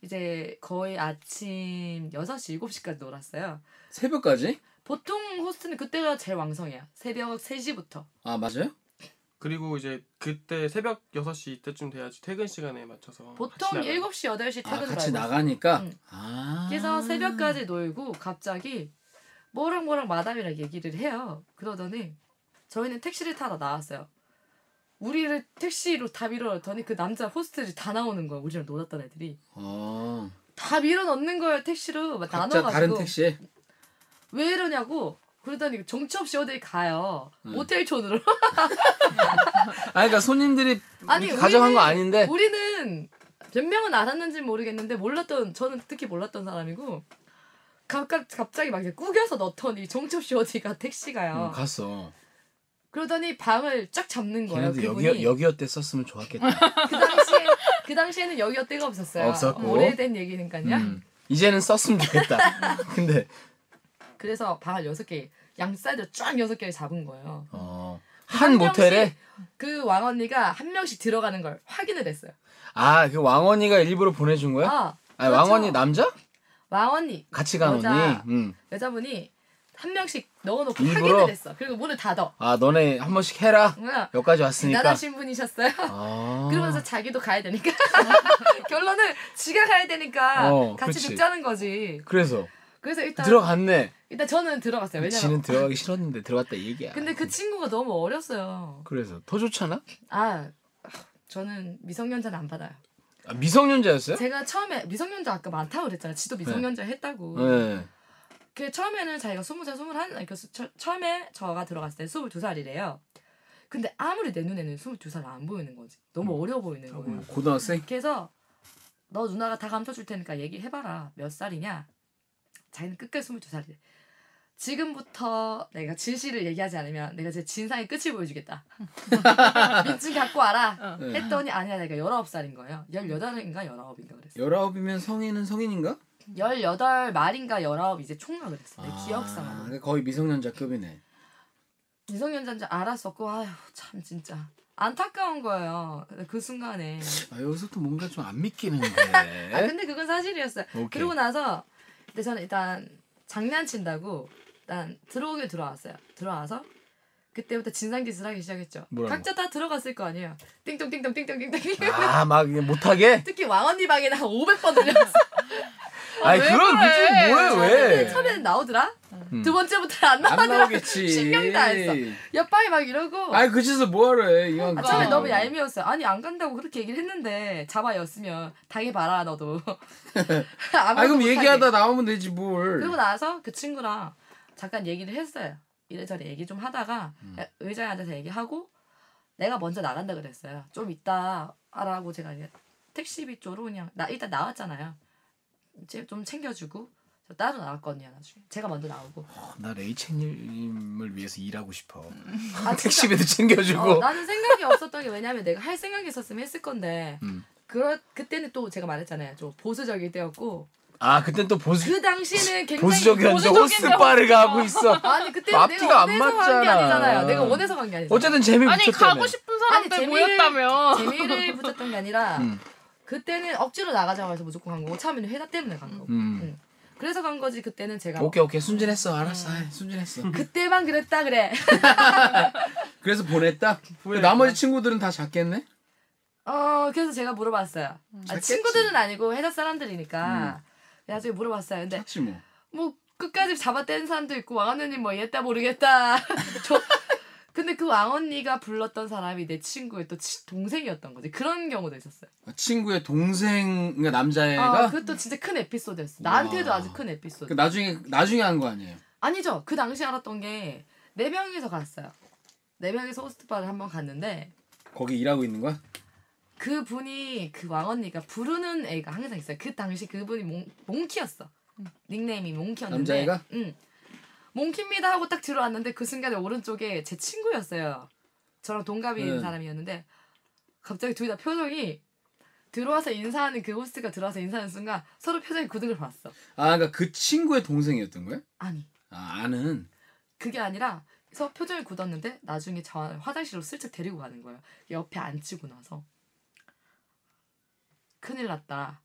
Speaker 2: 이제 거의 아침 6시, 7시까지 놀았어요.
Speaker 1: 새벽까지?
Speaker 2: 보통 호스트는 그때가 제일 왕성해요. 새벽 3시부터.
Speaker 1: 아, 맞아요?
Speaker 3: 그리고 이제 그때 새벽 6시 이때쯤 돼야지 퇴근 시간에 맞춰서
Speaker 2: 보통
Speaker 3: 같이 나가요.
Speaker 2: 7시, 8시
Speaker 1: 아,
Speaker 2: 퇴근을
Speaker 1: 같이
Speaker 2: 하고
Speaker 1: 나가니까.
Speaker 2: 응.
Speaker 1: 아.
Speaker 2: 음. 그래서 새벽까지 놀고 갑자기 뭐랑 뭐랑 마담이랑 얘기를 해요. 그러더니 저희는 택시를 타러 나왔어요. 우리를 택시로 다 밀어넣더니 그 남자 호스트들이 다 나오는 거야. 우리랑 놀았던 애들이.
Speaker 1: 어.
Speaker 2: 다 밀어넣는 거예요. 택시로 막
Speaker 1: 각자
Speaker 2: 나눠가지고.
Speaker 1: 다른 택시에.
Speaker 2: 왜 이러냐고. 그러더니 정처 없이 어딜 가요.
Speaker 1: 음.
Speaker 2: 모텔촌으로.
Speaker 1: 아, 그러니까 손님들이
Speaker 2: 아니,
Speaker 1: 이렇게 가져간 거
Speaker 2: 우리는-
Speaker 1: 아닌데.
Speaker 2: 우리는 몇 명은 알았는지 모르겠는데 몰랐던 저는 특히 몰랐던 사람이고 갑각 갑자기 막 이렇게 꾸겨서 넣더니 정처 없이 어디가 택시가요.
Speaker 1: 응, 음, 갔어.
Speaker 2: 그러더니 방을 쫙 잡는 거예요.
Speaker 1: 걔네들
Speaker 2: 그분이
Speaker 1: 여기 여기였대 썼으면 좋았겠다.
Speaker 2: 그 당시에 그 당시에는 여기가 때가 없었어요.
Speaker 1: 없었고.
Speaker 2: 오래된 얘기니까요.
Speaker 1: 음. 이제는 썼으면 좋겠다. 근데
Speaker 2: 그래서 방을 여섯 개 양사이드 쫙 여섯 개를 잡은 거예요.
Speaker 1: 어. 한 모텔에
Speaker 2: 그 왕 언니가 한 명씩 들어가는 걸 확인을 했어요.
Speaker 1: 아 그 왕언니가 일부러 보내준 거야?
Speaker 2: 아,
Speaker 1: 아니,
Speaker 2: 그렇죠.
Speaker 1: 왕언니 남자?
Speaker 2: 왕 언니
Speaker 1: 같이 간
Speaker 2: 여자.
Speaker 1: 언니. 음.
Speaker 2: 여자분이 한 명씩 넣어놓고
Speaker 1: 일부러?
Speaker 2: 확인을 했어. 그리고 문을 닫어.
Speaker 1: 아 너네 한 번씩 해라.
Speaker 2: 그러니까
Speaker 1: 여기까지 왔으니까.
Speaker 2: 대단하신 분이셨어요.
Speaker 1: 아.
Speaker 2: 그러면서 자기도 가야 되니까 결론은 지가 가야 되니까
Speaker 1: 어,
Speaker 2: 같이
Speaker 1: 그렇지.
Speaker 2: 죽자는 거지.
Speaker 1: 그래서
Speaker 2: 그래서 일단
Speaker 1: 들어갔네.
Speaker 2: 일단 저는 들어갔어요. 왜냐면
Speaker 1: 지는 아, 들어가기 싫었는데 들어갔다 이 얘기야.
Speaker 2: 근데 그 친구가 너무 어렸어요.
Speaker 1: 그래서 더 좋잖아.
Speaker 2: 아 저는 미성년자는 안 받아요.
Speaker 1: 아, 미성년자였어요?
Speaker 2: 제가 처음에 미성년자 아까 많다고 그랬잖아요. 지도 미성년자 했다고.
Speaker 1: 네.
Speaker 2: 그 처음에는 자기가 스무 살, 스물 한, 아니, 그 수- 처, 처음에 저가 들어갔을 때 스물두 살이래요. 근데
Speaker 1: 음.
Speaker 2: 아무리 내 눈에는 스물두 살 안 보이는 거지. 너무 어려 보이는 거예요.
Speaker 1: 고등학생?
Speaker 2: 그래서 너 누나가 다 감춰줄 테니까 얘기해봐라. 몇 살이냐? 자기는 끝까지 22살이래. 지금부터 내가 진실을 얘기하지 않으면 내가 제 진상의 끝을 보여주겠다. 민증 갖고 와라.
Speaker 1: 네.
Speaker 2: 했더니 아니야 내가 19살인 거예요. 18인가 19인가 그랬어.
Speaker 1: 19이면 성인은 성인인가?
Speaker 2: 18 말인가 19 이제 총각 그랬어. 내 기억상으로.
Speaker 1: 아, 거의 미성년자급이네.
Speaker 2: 미성년자인지 알았었고 아휴 참 진짜 안타까운 거예요. 그 순간에.
Speaker 1: 아, 여기서부터 뭔가 좀 안 믿기는데.
Speaker 2: 아 근데 그건 사실이었어요.
Speaker 1: 네? 오케이.
Speaker 2: 그러고 나서 근데 저는 일단 장난친다고 일단 들어오게 들어왔어요. 들어와서 그때부터 진상 짓을 하기 시작했죠.
Speaker 1: 뭐라고?
Speaker 2: 각자 다 들어갔을 거 아니에요. 띵동 띵동 띵동 띵동.
Speaker 1: 아, 막 이게 못하게?
Speaker 2: 특히 왕 언니 방에는 한 500번 들렸어.
Speaker 1: 아니,
Speaker 4: 왜
Speaker 1: 그런
Speaker 4: 그래?
Speaker 1: 그중에 뭐해,
Speaker 2: 근데
Speaker 1: 왜?
Speaker 2: 처음에는 나오더라.
Speaker 1: 네. 음.
Speaker 2: 두 번째부터 안
Speaker 1: 안
Speaker 2: 나오더라.
Speaker 1: 나오겠지.
Speaker 2: 신경 다 했어. 옆방에 막 이러고.
Speaker 1: 아니, 그 짓을 뭐하러 해, 이왕.
Speaker 2: 아, 처음에 너무 얄미웠어요. 아니 안 간다고 그렇게 얘기를 했는데 잡아였으면 당해봐라 너도. 아무것도
Speaker 1: 아, 그럼
Speaker 2: 못하게.
Speaker 1: 얘기하다 나오면 되지, 뭘.
Speaker 2: 그리고 나서 그 친구랑 잠깐 얘기를 했어요. 이래저래 얘기 좀 하다가
Speaker 1: 음.
Speaker 2: 의자에 앉아서 얘기하고 내가 먼저 나간다 그랬어요. 좀 이따 하라고 제가 이제 택시비 쪽으로 그냥 나 일단 나왔잖아요. 이제 좀 챙겨주고 저 따로 나왔거든요 나중에 제가 먼저 나오고
Speaker 1: 어, 나 레이첼님을 위해서 일하고 싶어.
Speaker 2: 아, 진짜.
Speaker 1: 택시비도 챙겨주고.
Speaker 2: 어, 나는 생각이 없었던 게 왜냐면 내가 할 생각이 있었으면 했을 건데
Speaker 1: 음.
Speaker 2: 그럴 그때는 또 제가 말했잖아요 좀 보수적일 때였고
Speaker 1: 아, 그땐 또 보수,
Speaker 2: 그 당시에는 굉장히
Speaker 1: 보수적이었는데
Speaker 4: 보수적인데
Speaker 1: 호스바를 가고 있어.
Speaker 2: 아니 그때
Speaker 1: 앞뒤가
Speaker 2: 내가
Speaker 1: 안
Speaker 2: 원해서 간 게
Speaker 1: 맞잖아. 음.
Speaker 2: 아니잖아요 내가 원해서 간 게 아니잖아
Speaker 1: 어쨌든 재미
Speaker 4: 아니
Speaker 1: 붙였다며.
Speaker 4: 가고 싶은
Speaker 2: 아니,
Speaker 4: 사람들
Speaker 2: 재미를-
Speaker 4: 모였다며.
Speaker 2: 재미를 붙였던 게 아니라
Speaker 1: 음.
Speaker 2: 그때는 억지로 나가자고 해서 무조건 간 거고 처음에는 회사 때문에 간 거고
Speaker 1: 음.
Speaker 2: 그래서 간 거지 그때는 제가
Speaker 1: 오케이, 오케이. 순진했어.
Speaker 2: 음.
Speaker 1: 알았어. 아이, 순진했어.
Speaker 2: 그때만 그랬다 그래
Speaker 1: 그래서 보냈다?
Speaker 3: 후회했구나.
Speaker 1: 나머지 친구들은 다 잤겠네?
Speaker 2: 어 그래서 제가 물어봤어요 아,
Speaker 1: 잤겠지. 음.
Speaker 2: 친구들은 아니고 회사 사람들이니까 나중에 물어봤어요 근데
Speaker 1: 잤지 뭐.
Speaker 2: 뭐 끝까지 잡아댄 사람도 있고 왕언니님 뭐 이랬다 모르겠다. 저 근데 그 왕언니가 불렀던 사람이 내 친구의 또 치- 동생이었던 거지. 그런 경우도 있었어요.
Speaker 1: 아, 친구의 동생, 그러니까 남자애가
Speaker 2: 아, 그것도 진짜 큰 에피소드였어. 나한테도
Speaker 1: 와.
Speaker 2: 아주 큰 에피소드.
Speaker 1: 그 나중에 나중에 한 거 아니에요?
Speaker 2: 아니죠. 그 당시 알았던 게 네 명이서 갔어요. 네 명이서 호스트바를 한번 갔는데
Speaker 1: 거기 일하고 있는 거야?
Speaker 2: 그 분이 그 왕언니가 부르는 애가 항상 있어요. 그 당시 그분이 몽, 몽키였어. 닉네임이 몽키였는데.
Speaker 1: 남자애가?
Speaker 2: 응. 몽키입니다 하고 딱 들어왔는데 그 순간에 오른쪽에 제 친구였어요. 저랑 동갑인
Speaker 1: 네.
Speaker 2: 사람이었는데 갑자기 둘 다 표정이 들어와서 인사하는 그 호스트가 들어와서 인사하는 순간 서로 표정이 굳은걸 봤어.
Speaker 1: 아, 그러니까 그 친구의 동생이었던 거야?
Speaker 2: 아니
Speaker 1: 아, 아는.
Speaker 2: 그게 아니라 그래서 표정이 굳었는데 나중에 저 화장실로 슬쩍 데리고 가는 거예요. 옆에 앉히고 나서 큰일 났다.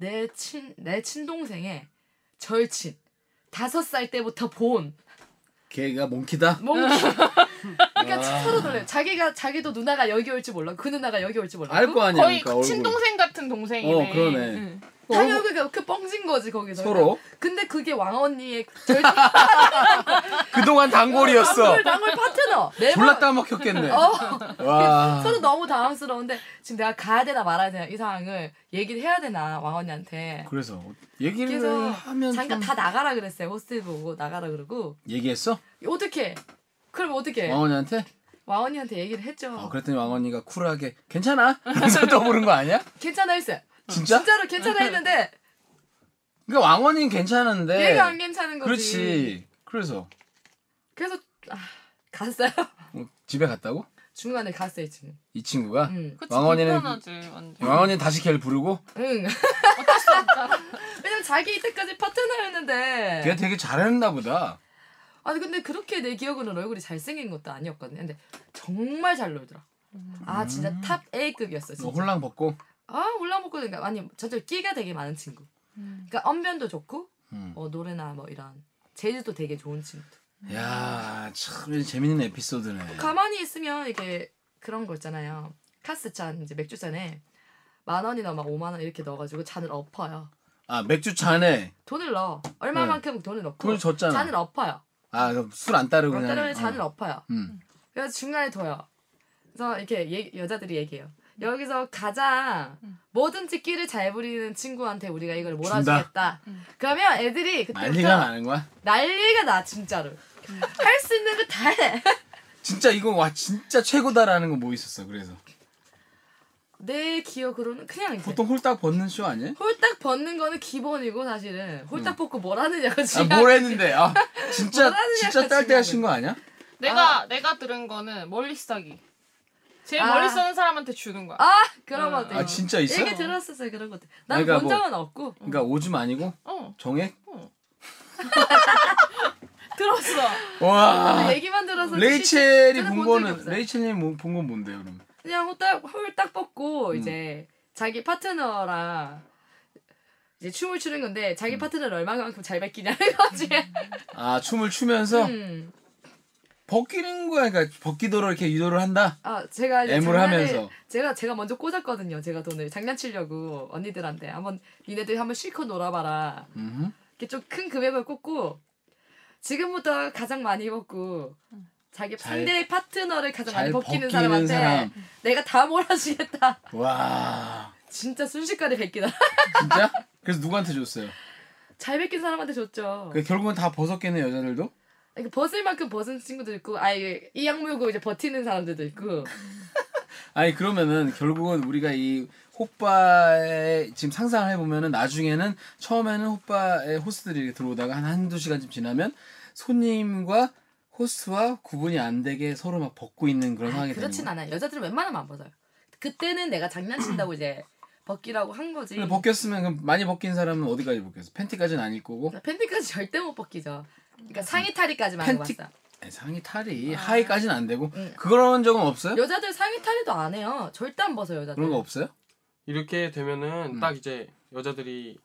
Speaker 2: 내 친 내 친동생의 절친 다섯 살 때부터 본
Speaker 1: 걔가 몽키다.
Speaker 2: 몽키. 그러니까
Speaker 1: 아.
Speaker 2: 서로 놀래. 요 자기가 자기도 누나가 여기 올지 몰라. 그 누나가 여기 올지 몰라.
Speaker 1: 알 거 아니야.
Speaker 4: 거의
Speaker 1: 그러니까
Speaker 4: 그
Speaker 1: 얼굴.
Speaker 4: 친동생 같은 동생이네.
Speaker 1: 어, 그러네.
Speaker 4: 응.
Speaker 1: 어,
Speaker 2: 당연히 그그 뻥진 거지 거기서.
Speaker 1: 서로
Speaker 2: 근데 그게 왕 언니의 절친
Speaker 1: 그동안 단골이었어.
Speaker 2: 단골 단골 파트너. 내
Speaker 1: 졸라 따먹혔겠네.
Speaker 2: 아, 어.
Speaker 1: 와.
Speaker 2: 서로 너무 당황스러운데 지금 내가 가야 되나 말아야 되나 이 상황을 얘기를 해야 되나 왕 언니한테
Speaker 1: 그래서 얘기를
Speaker 2: 그래서
Speaker 1: 하면
Speaker 2: 잠깐
Speaker 1: 좀-
Speaker 2: 다 나가라 그랬어요 호스텔 보고 나가라 그러고
Speaker 1: 얘기했어?
Speaker 2: 어떻게 그럼 어떻게
Speaker 1: 왕언니한테?
Speaker 2: 왕 언니한테 얘기를 했죠
Speaker 1: 어, 그랬더니 왕언니가 쿨하게 괜찮아? 그래서 떠보는 거 아니야?
Speaker 2: 괜찮아 했어요
Speaker 1: 진짜?
Speaker 2: 진짜로 괜찮아 했는데
Speaker 1: 그러니까 왕언니는 괜찮은데.
Speaker 2: 얘가 안 괜찮은 거지
Speaker 1: 네. 그렇지. 그래서
Speaker 2: 그래서 아, 갔어요
Speaker 1: 어, 집에 갔다고? 중간에
Speaker 2: 갔어요 지금
Speaker 1: 이 친구가
Speaker 2: 응.
Speaker 4: 그치,
Speaker 1: 왕언니는-
Speaker 4: 불편하지,
Speaker 2: 음.
Speaker 4: 완전.
Speaker 1: 왕언니는 다시 걔를 부르고
Speaker 2: 응.
Speaker 1: 아.
Speaker 2: 왜냐면 자기 이때까지 파트너였는데
Speaker 1: 걔 되게 잘했나 보다.
Speaker 2: 아니 근데 그렇게 내 기억으로는 얼굴이 잘생긴 것도 아니었거든요. 근데 정말 잘 놀더라. 아 진짜
Speaker 1: 음.
Speaker 2: 탑 A급이었어
Speaker 1: 너
Speaker 2: 진짜.
Speaker 1: 뭐 홀랑 벗고.
Speaker 2: 아 올라먹고 그러니까 아니 저저 끼가 되게 많은 친구.
Speaker 4: 음.
Speaker 2: 그러니까 언변도 좋고
Speaker 1: 음.
Speaker 2: 뭐 노래나 뭐 이런 재주도 되게 좋은 친구.
Speaker 1: 야, 참 재밌는 에피소드네.
Speaker 2: 가만히 있으면 이게 그런 거 있잖아요. 카스 잔 이제 맥주 잔에 만 원이나 막 오만 원 이렇게 넣어가지고 잔을 엎어요.
Speaker 1: 아, 맥주 잔에
Speaker 2: 돈을 넣어. 얼마만큼 돈을 넣고
Speaker 1: 돈을 네. 줬잖아.
Speaker 2: 어, 잔을 엎어요.
Speaker 1: 아, 술 안 따르고 그냥.
Speaker 2: 롯데리아에
Speaker 1: 어.
Speaker 2: 잔을 엎어요.
Speaker 1: 음.
Speaker 2: 그래서 중간에 둬요. 그래서 이렇게 얘기- 여자들이 얘기해요. 여기서 가장
Speaker 4: 음.
Speaker 2: 뭐든지 끼를 잘 부리는 친구한테 우리가 이걸
Speaker 1: 준다.
Speaker 2: 몰아주겠다.
Speaker 4: 음.
Speaker 2: 그러면 애들이
Speaker 1: 난리가
Speaker 2: 그때부터
Speaker 1: 나는 거야.
Speaker 2: 난리가 나 진짜로.
Speaker 4: 음.
Speaker 2: 할 수 있는 거 다 해.
Speaker 1: 진짜 이거 와 진짜 최고다라는 거 뭐 있었어. 그래서
Speaker 2: 내 기억으로는 그냥 이제
Speaker 1: 보통 홀딱 벗는 쇼 아니에요?
Speaker 2: 홀딱 벗는 거는 기본이고 사실은 홀딱 벗고 뭘
Speaker 1: 음.
Speaker 2: 하느냐가 그
Speaker 1: 아,
Speaker 2: 중요한
Speaker 1: 뭘 했는데? 아, 진짜
Speaker 2: 뭐라는
Speaker 1: 진짜
Speaker 2: 약간
Speaker 1: 딸때 하신 거 아니야?
Speaker 4: 내가 내가 들은 거는 멀리 싸기. 제일
Speaker 2: 아.
Speaker 4: 멀리 싸는 사람한테 주는 거야.
Speaker 2: 아 그런 것
Speaker 4: 아,
Speaker 2: 같아요.
Speaker 1: 아, 진짜 있어?
Speaker 2: 얘기 들었었어요 그런 것들. 난
Speaker 1: 그러니까
Speaker 2: 본
Speaker 1: 뭐-
Speaker 2: 적은 없고
Speaker 1: 그러니까 오줌 아니고
Speaker 4: 어
Speaker 1: 정액?
Speaker 4: 들었어.
Speaker 1: 와.
Speaker 2: 아, 근데 얘기만 들어서
Speaker 1: 아, 레이첼이
Speaker 2: 저는
Speaker 1: 본
Speaker 2: 본 적이
Speaker 1: 거는
Speaker 2: 없어요.
Speaker 1: 레이첼이 본 건 뭔데요, 그럼?
Speaker 2: 그냥 홀딱 홀딱 벗고
Speaker 1: 음.
Speaker 2: 이제 자기 파트너랑 이제 춤을 추는 건데 자기
Speaker 1: 음.
Speaker 2: 파트너를 얼마만큼 잘 뺏기냐는 거지.
Speaker 1: 아, 춤을 추면서
Speaker 2: 음.
Speaker 1: 벗기는 거야. 그러니까 벗기도록 이렇게 유도를 한다.
Speaker 2: 아 제가 이제
Speaker 1: 애무를
Speaker 2: 장난을-
Speaker 1: 하면서.
Speaker 2: 제가 제가 먼저 꽂았거든요. 제가 돈을 장난치려고 언니들한테 한번 니네들 한번 실컷 놀아봐라.
Speaker 1: 음.
Speaker 2: 이렇게 좀 큰 금액을 꽂고 지금부터 가장 많이 먹고 자기
Speaker 1: 잘-
Speaker 2: 상대 파트너를 가장 많이
Speaker 1: 잘
Speaker 2: 벗기는,
Speaker 1: 벗기는
Speaker 2: 사람한테
Speaker 1: 사람.
Speaker 2: 내가 다 몰아주겠다.
Speaker 1: 와.
Speaker 2: 진짜 순식간에 뱉기다.
Speaker 1: 진짜? 그래서 누구한테 줬어요?
Speaker 2: 잘 뱉긴 사람한테 줬죠.
Speaker 1: 그 결국은 다 벗었겠네 여자들도.
Speaker 2: 이렇게 벗을 만큼 벗은 친구도 있고 아예 이 약물고 이제 버티는 사람들도 있고
Speaker 1: 아니 그러면은 결국은 우리가 이 호빠의 지금 상상을 해보면은 나중에는 처음에는 호빠의 호스들이 이렇게 들어오다가 한 한두 시간쯤 지나면 손님과 호스와 구분이 안 되게 서로 막 벗고 있는 그런 상황이 되는
Speaker 2: 그렇진
Speaker 1: 거예요.
Speaker 2: 않아요. 여자들은 웬만하면 안 벗어요. 그때는 내가 장난친다고 이제 벗기라고 한 거지.
Speaker 1: 근데 벗겼으면 그럼 많이 벗긴 사람은 어디까지 벗겼어? 팬티까지는 아닐 거고
Speaker 2: 그러니까 팬티까지 절대 못 벗기죠. 그러니까 상의 탈의까지만
Speaker 1: 음. 팬티-
Speaker 2: 해봤어.
Speaker 1: 아니, 상의 탈이 하의까지는 안 되고
Speaker 2: 응.
Speaker 1: 그런 적은 없어요?
Speaker 2: 여자들 상의 탈의도 안 해요. 절대 안 벗어요 여자들.
Speaker 1: 그런 거 없어요?
Speaker 3: 이렇게 되면은
Speaker 1: 음.
Speaker 3: 딱 이제 여자들이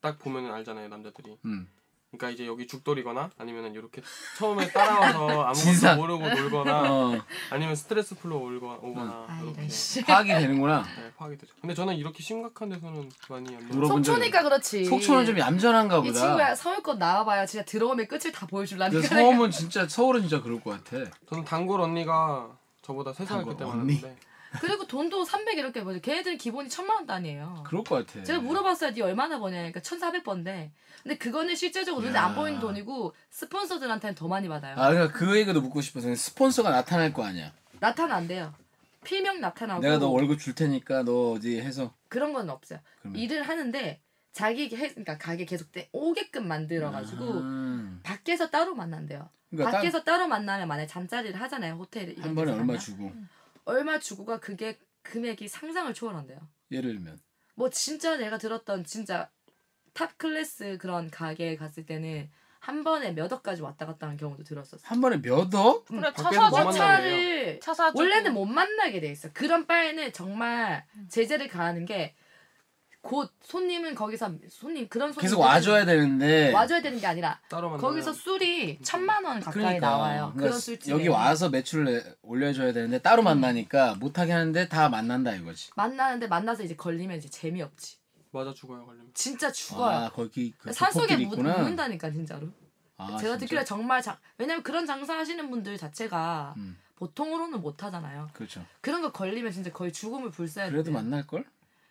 Speaker 3: 딱 보면은 알잖아요 남자들이.
Speaker 1: 음.
Speaker 3: 그러니까 이제 여기 죽돌이거나 아니면은 이렇게 처음에 따라와서 아무것도
Speaker 1: 진상.
Speaker 3: 모르고 놀거나
Speaker 1: 어,
Speaker 3: 아니면 스트레스 풀러 올거-
Speaker 1: 음.
Speaker 3: 오거나
Speaker 2: 아
Speaker 3: 이렇게
Speaker 2: 이런 씨.
Speaker 1: 파악이 되는구나.
Speaker 3: 네, 파악이 되죠. 근데 저는 이렇게 심각한 데서는 많이 안
Speaker 1: 물어보-
Speaker 3: 물어.
Speaker 1: 물어본 적이
Speaker 2: 속초니까 그렇지.
Speaker 1: 속초는 좀 얌전한가
Speaker 2: 이
Speaker 1: 보다.
Speaker 2: 친구야 서울껏 나와봐야 진짜 들어오면 끝을 다
Speaker 1: 근데
Speaker 2: 보여줄라니까.
Speaker 1: 서울은 진짜 서울은 진짜 그럴 것 같아.
Speaker 3: 저는 단골 언니가 저보다 세 살
Speaker 1: 단골
Speaker 3: 그때
Speaker 1: 언니?
Speaker 3: 많았는데
Speaker 2: 그리고 돈도 300 이렇게 버죠. 걔네들은 기본이 천만 원 단위예요.
Speaker 1: 그럴 것 같아.
Speaker 2: 제가 물어봤어요. 니 얼마나 버냐니까 그러니까 1,400번데. 근데 그거는 실제적으로 눈에 안
Speaker 1: 야.
Speaker 2: 보이는 돈이고 스폰서들한테는 더 많이 받아요.
Speaker 1: 아, 그러니까 그 얘기도 묻고 싶어서 스폰서가 나타날 거 아니야.
Speaker 2: 나타나 안 돼요. 필명 나타나고
Speaker 1: 내가 너 월급 줄 테니까 너 어디 해서
Speaker 2: 그런 건 없어요.
Speaker 1: 그러면.
Speaker 2: 일을 하는데 자기 해, 그러니까 가게 계속 돼- 오게끔 만들어가지고
Speaker 1: 아,
Speaker 2: 밖에서 따로 만난대요.
Speaker 1: 그러니까 딱
Speaker 2: 밖에서 따로 만나면 만약 잠자리를 하잖아요 호텔 이런
Speaker 1: 한 번에
Speaker 2: 데서
Speaker 1: 얼마
Speaker 2: 만나.
Speaker 1: 주고
Speaker 2: 얼마 주고가 그게 금액이 상상을 초월한대요.
Speaker 1: 예를 들면
Speaker 2: 뭐 진짜 내가 들었던 진짜 탑 클래스 그런 가게에 갔을 때는 한 번에 몇 억까지 왔다 갔다 하는 경우도 들었었어.
Speaker 1: 한 번에 몇 억?
Speaker 4: 그래 차
Speaker 3: 밖에서 뭐
Speaker 4: 사주고
Speaker 3: 만나는
Speaker 2: 차차를
Speaker 4: 차 사주고
Speaker 2: 원래는 뭐- 못 만나게 돼 있어. 그런 바에는 정말 제재를 가하는 게 곧 손님은 거기서 손님 그런 손님
Speaker 1: 계속 와줘야 되는데
Speaker 2: 와줘야 되는 게 아니라
Speaker 3: 따로 만나.
Speaker 2: 거기서 술이 천만 원 가까이 나와요.
Speaker 1: 그러니까
Speaker 2: 그런 술집
Speaker 1: 여기 와서 매출을 내- 올려줘야 되는데
Speaker 2: 음.
Speaker 1: 따로 만나니까 못하게 하는데 다 만난다 이거지.
Speaker 2: 만나는데 만나서 이제 걸리면 이제 재미없지.
Speaker 3: 맞아 죽어요 걸리면.
Speaker 2: 진짜 죽어요.
Speaker 1: 아 거기 그
Speaker 2: 산속에
Speaker 1: 폭포길이
Speaker 2: 묻-
Speaker 1: 있구나.
Speaker 2: 묻는다니까 진짜로.
Speaker 1: 아, 진짜?
Speaker 2: 제가 듣기로 정말 장, 왜냐면 그런 장사하시는 분들 자체가
Speaker 1: 음.
Speaker 2: 보통으로는 못 하잖아요.
Speaker 1: 그렇죠.
Speaker 2: 그런 거 걸리면 진짜 거의 죽음을 불사해야
Speaker 1: 그래도
Speaker 2: 돼요.
Speaker 1: 만날 걸?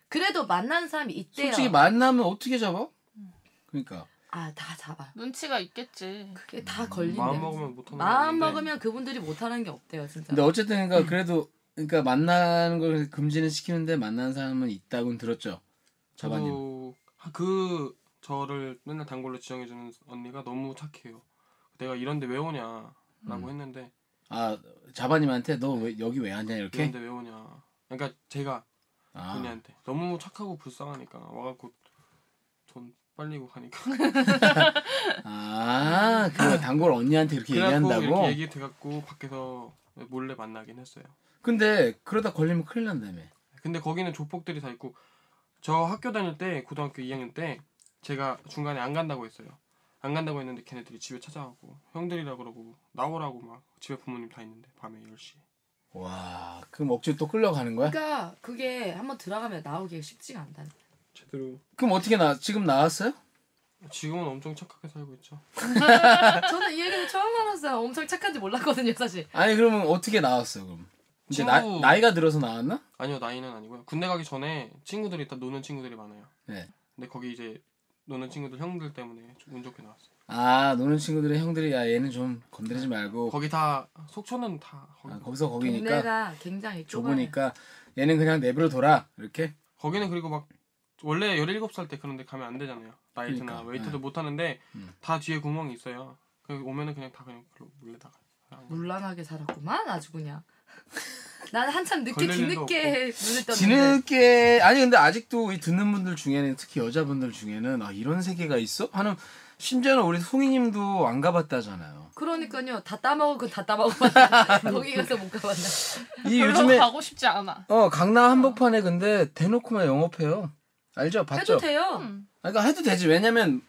Speaker 2: 그래도 만난 사람이 있대요.
Speaker 1: 솔직히 만나면 어떻게 잡아? 그러니까
Speaker 2: 아 다 잡아.
Speaker 4: 눈치가 있겠지.
Speaker 2: 그게 다 걸린대요.
Speaker 3: 마음 먹으면 못하는
Speaker 2: 마음
Speaker 3: 건데.
Speaker 2: 먹으면 그분들이 못하는 게 없대요 진짜.
Speaker 1: 근데 어쨌든 그러니까 그래도 그러니까 만나는 걸 금지는 시키는데 만나는 사람은 있다고는 들었죠. 자바님.
Speaker 3: 저도 아, 그 저를 맨날 단골로 지정해주는 언니가 너무 착해요. 내가 이런데 왜 오냐라고
Speaker 1: 음.
Speaker 3: 했는데
Speaker 1: 아 자바님한테 너 왜, 여기 왜 앉냐 이렇게.
Speaker 3: 이런데 왜 오냐. 그러니까 제가
Speaker 1: 아,
Speaker 3: 언니한테 너무 착하고 불쌍하니까 와갖고 돈 빨리고 가니까
Speaker 1: 아, 그 단골 언니한테 이렇게 얘기한다고.
Speaker 3: 이렇게 얘기 돼갖고 밖에서 몰래 만나긴 했어요.
Speaker 1: 근데 그러다 걸리면 큰일 난다며.
Speaker 3: 근데 거기는 조폭들이 다 있고 저 학교 다닐 때 고등학교 2학년 때 제가 중간에 안 간다고 했어요. 안 간다고 했는데 걔네들이 집에 찾아가고 형들이라 그러고 나오라고 막 집에 부모님 다 있는데 밤에 10시.
Speaker 1: 와, 그럼 억지로 또 끌려가는 거야?
Speaker 2: 그러니까 그게 한번 들어가면 나오기 쉽지가 않다.
Speaker 3: 제대로
Speaker 1: 그럼 어떻게 나 지금 나왔어요?
Speaker 3: 지금은 엄청 착하게 살고 있죠.
Speaker 2: 저는 이 얘기를 처음 알았어요. 엄청 착한지 몰랐거든요 사실.
Speaker 1: 아니 그러면 어떻게 나왔어요 그럼? 이제 나,
Speaker 3: 친구.
Speaker 1: 나이가 들어서 나왔나?
Speaker 3: 아니요 나이는 아니고요. 군대 가기 전에 친구들이 다 노는 친구들이 많아요.
Speaker 1: 네.
Speaker 3: 근데 거기 이제 노는 친구들 형들 때문에 좀운 좋게 나왔어요.
Speaker 1: 아 노는 친구들의 형들이 야 얘는 좀 건드리지 말고
Speaker 3: 거기 다 속초는 다 거기
Speaker 1: 아, 거기서 거기니까
Speaker 2: 동네가 굉장히 좁아요.
Speaker 1: 좁으니까 얘는 그냥 내버려 둬라 이렇게
Speaker 3: 거기는 그리고 막 원래 17살 때 그런데 가면 안 되잖아요. 나이트나
Speaker 1: 그러니까,
Speaker 3: 웨이트도
Speaker 1: 네.
Speaker 3: 못 하는데
Speaker 1: 음.
Speaker 3: 다 뒤에 구멍이 있어요. 그 오면은 그냥 다 그냥 그로 몰래 다 가요.
Speaker 1: 음.
Speaker 2: 물란하게 살았구만 아주 그냥. 난 한참 늦게
Speaker 3: 걸릴 일도
Speaker 2: 뒤늦게 눈을 떴는데
Speaker 1: 뒤늦게 아니 근데 아직도 이 듣는 분들 중에는 특히 여자분들 중에는 아 이런 세계가 있어 하는 심지어는 우리 송이님도 안 가봤다잖아요.
Speaker 2: 그러니까요 다 따먹고 다 따먹어봤다 거기 가서 못 가봤나
Speaker 1: 이
Speaker 4: 별로
Speaker 1: 요즘에
Speaker 4: 가고 싶지 않아.
Speaker 1: 어 강남 한복판에 근데 대놓고만 영업해요. 알죠? 봤죠?
Speaker 2: 해도 돼요
Speaker 4: 음.
Speaker 1: 아, 그러니까 해도 되지. 왜냐면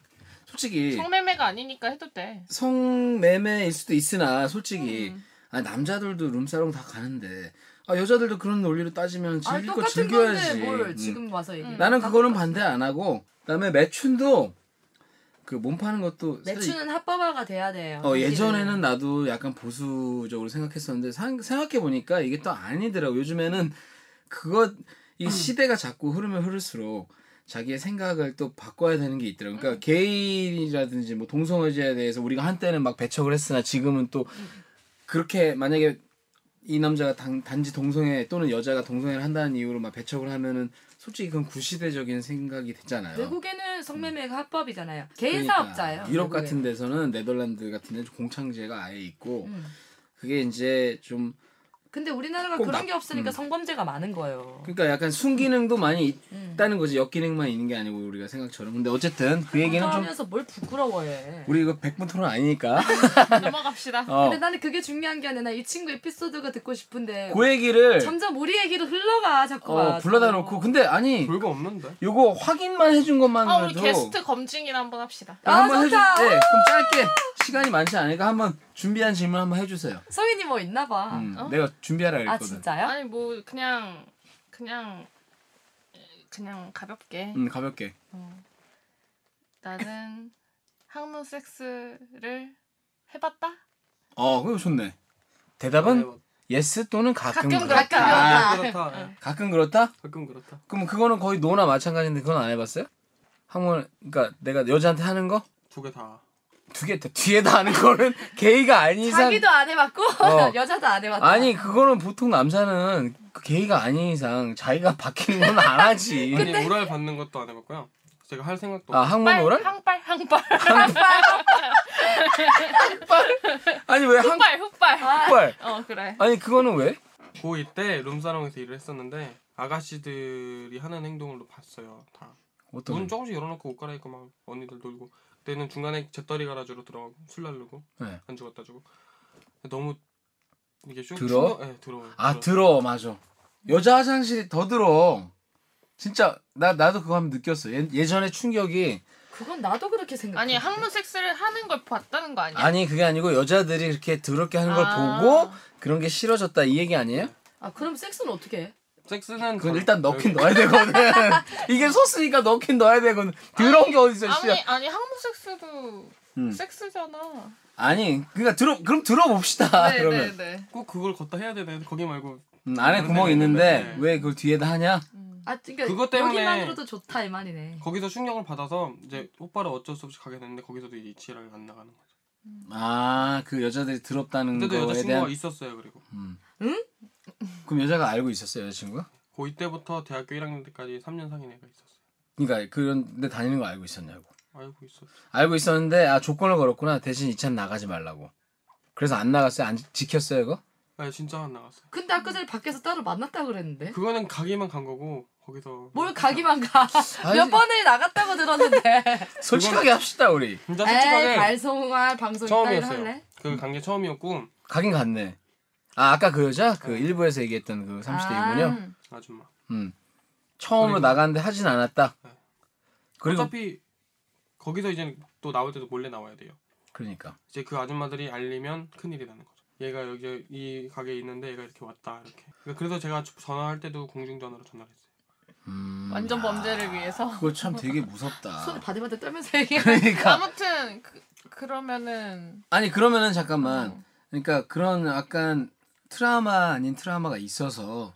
Speaker 1: 솔직히
Speaker 4: 성매매가 아니니까 해도 돼.
Speaker 1: 성매매일 수도 있으나 솔직히
Speaker 4: 음.
Speaker 1: 아, 남자들도 룸사롱 다 가는데 아, 여자들도 그런 논리로 따지면
Speaker 2: 아
Speaker 1: 즐길 거
Speaker 2: 똑같은
Speaker 1: 즐겨야지.
Speaker 2: 건데 뭘
Speaker 1: 음.
Speaker 2: 지금 와서 얘기해
Speaker 4: 음.
Speaker 1: 나는 그거는 반대 안 하고 그다음에 매춘도 그 몸 파는 것도 사실
Speaker 2: 매춘은 합법화가 돼야 돼요
Speaker 1: 어, 예전에는 나도 약간 보수적으로 생각했었는데 생각해 보니까 이게 또 아니더라고. 요즘에는 그거
Speaker 2: 음.
Speaker 1: 이 시대가 자꾸 흐르면 흐를수록 자기의 생각을 또 바꿔야 되는 게 있더라고.
Speaker 2: 음.
Speaker 1: 그러니까 게이라든지 뭐 동성애자에 대해서 우리가 한때는 막 배척을 했으나 지금은 또
Speaker 2: 음.
Speaker 1: 그렇게 만약에 이 남자가 단, 단지 동성애 또는 여자가 동성애를 한다는 이유로 막 배척을 하면은 솔직히 그건 구시대적인 생각이 되잖아요.
Speaker 2: 외국에는 성매매가 합법이잖아요 개인
Speaker 1: 그러니까
Speaker 2: 사업자예요
Speaker 1: 유럽
Speaker 2: 외국에는.
Speaker 1: 같은 데서는 네덜란드 같은 데는 공창제가 아예 있고
Speaker 2: 음.
Speaker 1: 그게 이제 좀
Speaker 2: 근데 우리나라가
Speaker 1: 꼭
Speaker 2: 그런
Speaker 1: 나-
Speaker 2: 게 없으니까
Speaker 1: 음.
Speaker 2: 성범죄가 많은 거예요
Speaker 1: 그러니까 약간 순기능도 많이
Speaker 2: 음.
Speaker 1: 있다는 거지 역기능만 있는 게 아니고 우리가 생각처럼 근데 어쨌든 그 얘기는 좀
Speaker 2: 하면서 뭘 부끄러워해
Speaker 1: 우리 이거 백분 토론 아니니까
Speaker 4: 넘어갑시다.
Speaker 1: 어,
Speaker 2: 근데 나는 그게 중요한 게 아니라 나 이 친구 에피소드가 듣고 싶은데
Speaker 1: 그 얘기를
Speaker 2: 점점 우리 얘기로 흘러가 자꾸만
Speaker 1: 어, 불러다 놓고 근데 아니
Speaker 3: 별거 없는데.
Speaker 1: 요거 확인만 해준
Speaker 4: 아 우리
Speaker 1: 것만으로도
Speaker 4: 게스트 검증이나 한번 합시다.
Speaker 1: 이거
Speaker 2: 아,
Speaker 1: 한번 해주
Speaker 2: 좋다.
Speaker 1: 네, 그럼 짧게 시간이 많지 않으니까 한번 준비한 질문 한번 해주세요
Speaker 2: 성인이 뭐 있나 봐.
Speaker 1: 음,
Speaker 4: 어?
Speaker 1: 내가 준비하라
Speaker 2: 아
Speaker 1: 그랬거든
Speaker 2: 진짜요?
Speaker 4: 아니 뭐 그냥 그냥 그냥 가볍게
Speaker 1: 음, 가볍게
Speaker 4: 어. 나는 항문 섹스를 해봤다.
Speaker 1: 어 그거 좋네 대답은 예스 또는 가끔,
Speaker 4: 가끔
Speaker 1: 그렇다.
Speaker 4: 그렇다.
Speaker 1: 아,
Speaker 3: 가끔 그렇다. 예.
Speaker 1: 가끔 그렇다?
Speaker 3: 가끔 그렇다.
Speaker 1: 그럼 그거는 거의 노나 마찬가지인데 그건 안 해봤어요? 항문 그러니까 내가 여자한테 하는 거?
Speaker 3: 두 개 다.
Speaker 1: 두 개 뒤에다 하는 거는 게이가 아닌 이상
Speaker 2: 자기도 안 해봤고
Speaker 1: 어.
Speaker 2: 여자도 안 해봤다.
Speaker 1: 아니 그거는 보통 남자는 그 게이가 아닌 이상 자기가 바뀌는 건 안 하지
Speaker 3: 아니 오랄 받는 것도 안 해봤고요. 제가 할 생각도
Speaker 1: 아
Speaker 3: 없고
Speaker 1: 항문
Speaker 4: 빨,
Speaker 1: 오랄?
Speaker 4: 항빨, 항빨,
Speaker 1: 아니 왜 항...
Speaker 4: 흑발, 흑발.
Speaker 1: 발
Speaker 4: 어 그래.
Speaker 1: 아니 그거는 왜?
Speaker 3: 고2 때 룸사롱에서 일을 했었는데 아가씨들이 하는 행동을 봤어요. 다.
Speaker 1: 어떤
Speaker 3: 문 조금씩 열어놓고 옷 갈아입고 막 언니들 놀고 그때는 중간에 잿더리 갈아주러 들어가고 술 날르고
Speaker 1: 네.
Speaker 3: 안주 갖다 주고 너무 이게 쇼
Speaker 1: 더러워?
Speaker 3: 네, 들어.
Speaker 1: 아 들어 맞아 여자 화장실이 더 들어 진짜 나 나도 그거 하면 느꼈어 예, 예전에 충격이
Speaker 2: 그건 나도 그렇게 생각.
Speaker 4: 아니 항문 섹스를 하는 걸 봤다는 거 아니야?
Speaker 1: 아니 그게 아니고 여자들이 이렇게 더럽게 하는 걸
Speaker 4: 네. 아.
Speaker 1: 보고 그런 게 싫어졌다 이 얘기 아니에요?
Speaker 2: 아 그럼 섹스는 어떻게 해?
Speaker 3: 섹스는 네.
Speaker 1: 그건
Speaker 3: 다-
Speaker 1: 일단 넣긴 넣어야 되거든. 이게 소스니까 넣긴 넣어야 되거든. 더러운 게 어디 있어,
Speaker 4: 아니
Speaker 1: 씨.
Speaker 4: 아니 항문 섹스도
Speaker 1: 음.
Speaker 4: 섹스잖아.
Speaker 1: 아니, 그러니까 들어 그럼 들어봅시다.
Speaker 4: 네,
Speaker 1: 아, 그러면
Speaker 4: 네, 네.
Speaker 3: 꼭 그걸 걷다 해야 되네. 거기 말고
Speaker 1: 음, 안에
Speaker 3: 네,
Speaker 1: 구멍
Speaker 3: 네,
Speaker 1: 있는데
Speaker 3: 네.
Speaker 1: 왜 그걸 뒤에다 하냐?
Speaker 4: 음.
Speaker 2: 아 그러니까
Speaker 3: 그것 때문에-
Speaker 2: 여기만으로도 좋다 이 말이네.
Speaker 3: 거기서 충격을 받아서 이제 오빠를 어쩔 수 없이 가게 됐는데 거기서도 이 지랄이 안 나가는 거죠.
Speaker 1: 아, 그 여자들이 더럽다는
Speaker 3: 근데도
Speaker 1: 거에
Speaker 3: 여자친구가
Speaker 1: 대한.
Speaker 3: 있었어요. 그리고
Speaker 1: 음.
Speaker 2: 응?
Speaker 1: 그럼 여자가 알고 있었어요, 여자친구가?
Speaker 3: 고2 때부터 대학교 1학년 때까지 3년 사귄 애가 있었어요.
Speaker 1: 그러니까 그런데 다니는 거 알고 있었냐고.
Speaker 3: 알고 있었어.
Speaker 1: 알고 있었는데 아 조건을 걸었구나. 대신 이 차는 나가지 말라고. 그래서 안 나갔어요, 안 지- 지켰어요, 이거?
Speaker 3: 아 진짜 안 나갔어요.
Speaker 2: 근데 아까 전에 밖에서 따로 만났다 그랬는데.
Speaker 3: 그거는 가기만 간 거고 거기서
Speaker 2: 뭘 가기만 가.
Speaker 1: 아니,
Speaker 2: 몇 번을 나갔다고 들었는데.
Speaker 1: 솔직하게 합시다 우리.
Speaker 3: 진짜
Speaker 2: 에이
Speaker 3: 솔직하게
Speaker 2: 발송할 방송 이따위로
Speaker 3: 처음이었어요.
Speaker 2: 할래?
Speaker 3: 그 관계 처음이었고
Speaker 1: 가긴 갔네. 아 아까 그 여자 그
Speaker 3: 네.
Speaker 1: 일부에서 얘기했던 그 30대
Speaker 2: 아.
Speaker 1: 이분요.
Speaker 4: 음.
Speaker 3: 아줌마.
Speaker 1: 음 처음으로
Speaker 3: 그리고-
Speaker 1: 나갔는데 하진 않았다.
Speaker 3: 네.
Speaker 1: 그리고
Speaker 3: 어차피 거기서 이제 또 나올 때도 몰래 나와야 돼요.
Speaker 1: 그러니까
Speaker 3: 이제 그 아줌마들이 알리면 큰일이라는 거죠. 얘가 여기 이 가게에 있는데 얘가 이렇게 왔다 이렇게. 그러니까 그래서 제가 전화할 때도 공중전화로 전화를 했어요.
Speaker 1: 음,
Speaker 4: 완전
Speaker 1: 아,
Speaker 4: 범죄를 위해서.
Speaker 1: 그거 참 되게 무섭다.
Speaker 2: 손을 바들바들 떨면서 얘기해.
Speaker 1: 그러니까
Speaker 4: 아무튼 그, 그러면은
Speaker 1: 아니 그러면은 잠깐만
Speaker 4: 어.
Speaker 1: 그러니까 그런 약간 트라우마 아닌 트라우마가 있어서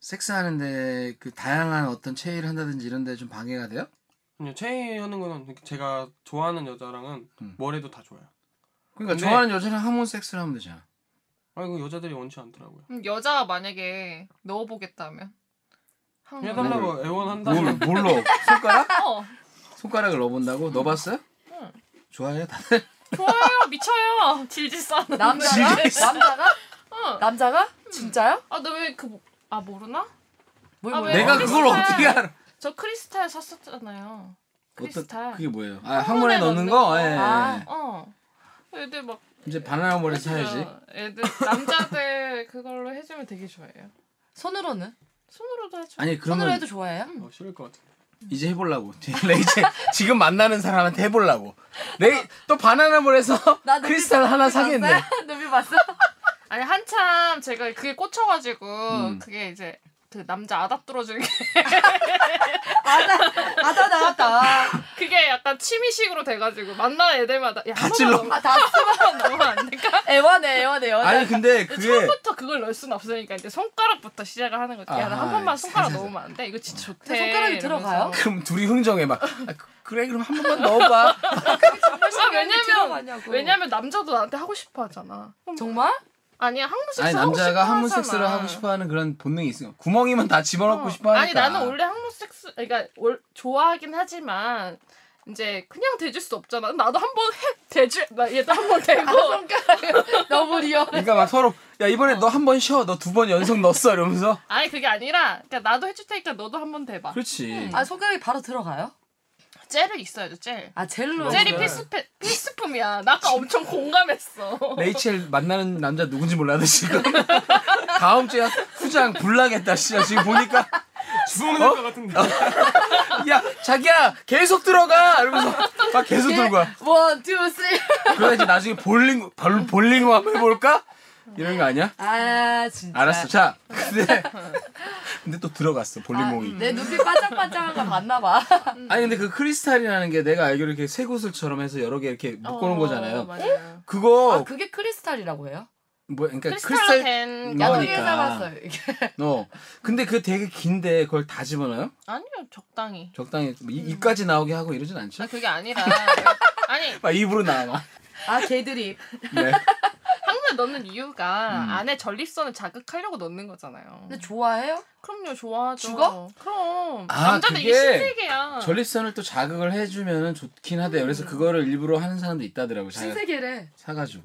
Speaker 1: 섹스하는데 그 다양한 어떤 체위를 한다든지 이런데 좀 방해가 돼요?
Speaker 3: 아니요 체이하는 거는 제가 좋아하는 여자랑은
Speaker 1: 음.
Speaker 3: 뭘 해도 다 좋아요.
Speaker 1: 그러니까
Speaker 3: 근데-
Speaker 1: 좋아하는 여자랑 하몬 섹스를 하면 되잖아.
Speaker 3: 아니 그 여자들이 원치 않더라고요.
Speaker 4: 음, 여자가 만약에 넣어보겠다면 한 번.
Speaker 1: 해달라.
Speaker 3: 해달라고 애원한다.
Speaker 1: 뭘 뭘로 손가락
Speaker 4: 어,
Speaker 1: 손가락을 넣어본다고 넣어봤어요?
Speaker 4: 응.
Speaker 1: 좋아해요 다들?
Speaker 4: 좋아요, 미쳐요. 질질 싸.
Speaker 2: 남자가 남자가
Speaker 4: 어.
Speaker 2: 남자가 진짜요?
Speaker 4: 아, 너 왜 그, 아, 모르나?
Speaker 2: 뭘
Speaker 4: 아,
Speaker 2: 몰라?
Speaker 4: 왜?
Speaker 1: 내가 그걸
Speaker 4: 어디서
Speaker 1: 어떻게
Speaker 4: 사요?
Speaker 1: 알아?
Speaker 4: 저 크리스탈 샀었잖아요. 크리스탈.
Speaker 1: 그게 뭐예요? 아 항문에 넣는 거. 예.
Speaker 2: 아.
Speaker 4: 어. 애들 막.
Speaker 1: 이제 바나나 몰에
Speaker 4: 그렇죠.
Speaker 1: 사야지.
Speaker 4: 해줘요. 애들, 남자들 그걸로 해주면 되게 좋아해요.
Speaker 2: 손으로는
Speaker 4: 손으로도 해줘.
Speaker 1: 아니
Speaker 2: 손으로
Speaker 1: 그러면
Speaker 2: 해도 좋아해요?
Speaker 3: 어, 싫을 것 같아.
Speaker 1: 이제 해보려고. 이제 지금 만나는 사람한테 해보려고. 내또 바나나 몰에서
Speaker 2: 나도
Speaker 1: 크리스탈 하나 사겠네.
Speaker 2: 눈이 봤어?
Speaker 4: 아니 한참 제가 그게 꽂혀가지고
Speaker 1: 음.
Speaker 4: 그게 이제 그 남자 아답 뚫어주는 게
Speaker 2: 아다 아다 나왔다.
Speaker 4: 그게 약간 취미식으로 돼가지고 만나는 애들마다 야, 한
Speaker 1: 찔러.
Speaker 4: 번만
Speaker 2: 아다
Speaker 4: 넣으면 안 될까?
Speaker 2: 애원해 애원해 애원해.
Speaker 1: 아니 근데 그게
Speaker 4: 처음부터 그걸 넣을 순 없으니까 이제 손가락부터 시작을 하는 거지. 야, 나
Speaker 1: 아하,
Speaker 4: 한 번만 손가락
Speaker 1: 살살.
Speaker 4: 넣으면 안 돼? 이거 진짜 좋대.
Speaker 2: 예. 근데 손가락이
Speaker 4: 이러면서.
Speaker 2: 들어가요?
Speaker 1: 그럼 둘이 흥정해 막. 아, 그- 그래 그럼 한 번만 넣어봐.
Speaker 4: 아, 왜냐면
Speaker 2: 들어가냐고.
Speaker 4: 왜냐면 남자도 나한테 하고 싶어 하잖아.
Speaker 2: 정말?
Speaker 4: 아니 항문 섹스
Speaker 1: 아니
Speaker 4: 하고 싶어
Speaker 1: 남자가 항문
Speaker 4: 하잖아.
Speaker 1: 섹스를 하고 싶어하는 그런 본능이 있으니까 구멍이면 다 집어넣고
Speaker 4: 어.
Speaker 1: 싶어하니까.
Speaker 4: 아니 나는 원래 항문 섹스 그러니까 월- 좋아하긴 하지만 이제 그냥 대줄 수 없잖아. 나도 한번 해 대줄 나 얘도 한번 대고
Speaker 2: 아, 너무 리얼.
Speaker 1: 그러니까 막 서로 야 이번에 너 한 번 쉬어 너 두 번 연속 넣었어 이러면서.
Speaker 4: 아니 그게 아니라 그러니까 나도 해줄 테니까 너도 한번 대봐. 음.
Speaker 1: 그렇지.
Speaker 2: 아 손가락이 바로 들어가요?
Speaker 4: 젤은 있어야죠 젤.
Speaker 2: 아 젤로.
Speaker 3: 그래.
Speaker 4: 젤이 필수패, 필수품이야. 나 아까 엄청 공감했어.
Speaker 1: 레이첼 만나는 남자 누군지 몰라도 지금 다음 주에 후장 불나겠다 진짜 지금 보니까
Speaker 3: 주먹이 날것 같은데.
Speaker 1: 야 자기야 계속 들어가 이러면서 막 계속 들고 와
Speaker 2: 원투 쓰리.
Speaker 4: 예.
Speaker 1: 그래야지 나중에 볼링 볼, 볼링 한번 해볼까 이런 거 아니야?
Speaker 2: 아 진짜.
Speaker 1: 알았어 자 근데 근데 또 들어갔어 볼링공이
Speaker 2: 아, 내 눈빛 반짝반짝한 거 봤나 봐.
Speaker 4: 음.
Speaker 1: 아니 근데 그 크리스탈이라는 게 내가 알기로 이렇게 새 구슬처럼 해서 여러 개 이렇게 네. 묶어놓은
Speaker 4: 어,
Speaker 1: 거잖아요
Speaker 4: 맞아요.
Speaker 1: 그거
Speaker 2: 아 그게 크리스탈이라고 해요?
Speaker 1: 뭐 그러니까
Speaker 4: 크리스탈로
Speaker 1: 크리스탈
Speaker 2: 음.
Speaker 4: 된
Speaker 1: 야,
Speaker 4: 거.
Speaker 1: 그러니까.
Speaker 2: 야동에서 봤어요. 이게.
Speaker 1: 어 근데 그 되게 긴데 그걸 다 집어넣어요?
Speaker 4: 아니요 적당히.
Speaker 1: 적당히 뭐 이, 입까지 나오게 하고 이러진 않죠?
Speaker 4: 아 그게 아니라 아니
Speaker 1: 막 입으로 나와 막.
Speaker 2: 아 개드립.
Speaker 1: 네.
Speaker 4: 항문 넣는 이유가
Speaker 1: 음.
Speaker 4: 안에 전립선을 자극하려고 넣는 거잖아요.
Speaker 2: 근데 좋아해요?
Speaker 1: 네.
Speaker 4: 그럼요 좋아하죠.
Speaker 2: 죽어?
Speaker 4: 그럼
Speaker 1: 아,
Speaker 4: 남자들 이게
Speaker 1: 그게
Speaker 4: 신세계야.
Speaker 1: 전립선을 또 자극을 해주면 좋긴 하대. 요 그래서 그거를 일부러 하는 사람도 있다더라고. 자,
Speaker 2: 신세계래.
Speaker 1: 사가지고.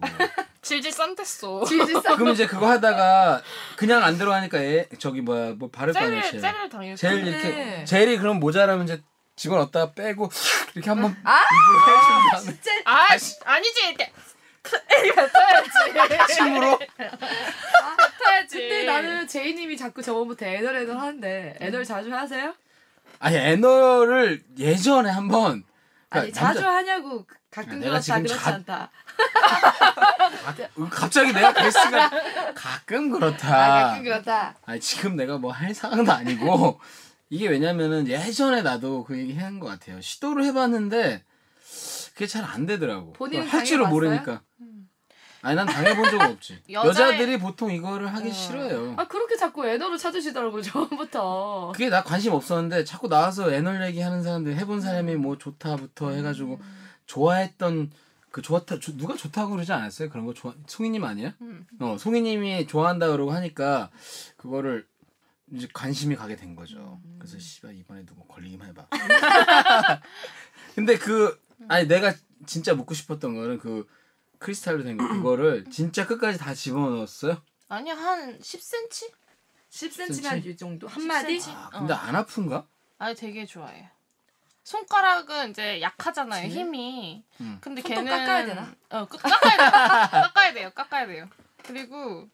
Speaker 4: 질질 싼댔어.
Speaker 2: 질질싸.
Speaker 1: 그럼 이제 그거 하다가 그냥 안 들어가니까 애, 저기 뭐야 뭐 바를 거 아니야. 젤.
Speaker 4: 젤을 젤을 당연히
Speaker 1: 젤
Speaker 4: 네.
Speaker 1: 이렇게
Speaker 2: 네.
Speaker 1: 젤이 그럼 모자라면 이제 집어넣었다가 빼고 이렇게 한번
Speaker 2: 아!
Speaker 1: 입으로 해준
Speaker 2: 진짜
Speaker 4: 아 아니지 이렇게 뱉어야지
Speaker 1: 다음에 침으로
Speaker 4: 뱉어야지.
Speaker 2: 근데 나는 제이님이 자꾸 저번부터 애널 애널 하는데 애널 자주 하세요?
Speaker 1: 아니 애너를 예전에 한번
Speaker 2: 아니
Speaker 1: 그러니까
Speaker 2: 자주
Speaker 1: 남자-
Speaker 2: 하냐고 가- 가끔
Speaker 1: 내가
Speaker 2: 그렇다
Speaker 1: 지금
Speaker 2: 그렇지
Speaker 1: 자-
Speaker 2: 않다.
Speaker 1: 가- 아, 갑자기 내가 베스가 가끔
Speaker 2: 아
Speaker 1: 그렇다.
Speaker 2: 가끔 그렇다.
Speaker 1: 아니 지금 내가 뭐 할 상황도 아니고 이게 왜냐면은 예전에 나도 그 얘기 한 것 같아요. 시도를 해봤는데 그게 잘 안 되더라고.
Speaker 2: 본인은
Speaker 1: 할 줄을
Speaker 2: 당해봤어요? 음.
Speaker 1: 모르니까. 아니 난 당해본 적은 없지.
Speaker 4: 여자의-
Speaker 1: 여자들이 보통 이거를 하기 싫어요.
Speaker 2: 아 그렇게 자꾸 애널을 찾으시더라고 요 저번부터.
Speaker 1: 어? 그게 나 관심 없었는데 자꾸 나와서 애널 얘기하는 사람들 해본 사람이 뭐 좋다부터 해가지고
Speaker 4: 음.
Speaker 1: 좋아했던 그 좋았다 조- 누가 좋다고 그러지 않았어요? 그런 거 좋아 송이님 아니야?
Speaker 4: 음.
Speaker 1: 어 송이님이 좋아한다 그러고 하니까 그거를 이제 관심이 가게 된 거죠.
Speaker 4: 음.
Speaker 1: 그래서 씨발 이번에 누구 걸리기만 해봐. 근데 그 아니 내가 진짜 묻고 싶었던 거는 그 크리스탈로 된 거 그거를 진짜 끝까지 다 집어넣었어요?
Speaker 4: 아니 한 10cm?
Speaker 2: 10cm면 이 정도 한 마디.
Speaker 4: 10cm?
Speaker 1: 아, 근데
Speaker 4: 어.
Speaker 1: 안 아픈가?
Speaker 4: 아니 되게 좋아해. 손가락은 이제 약하잖아요 힘이.
Speaker 1: 음.
Speaker 4: 근데
Speaker 2: 손톱
Speaker 4: 걔는
Speaker 2: 깎아야 되나?
Speaker 4: 어 끄- 깎아야 돼요. 깎아야 돼요. 깎아야 돼요. 그리고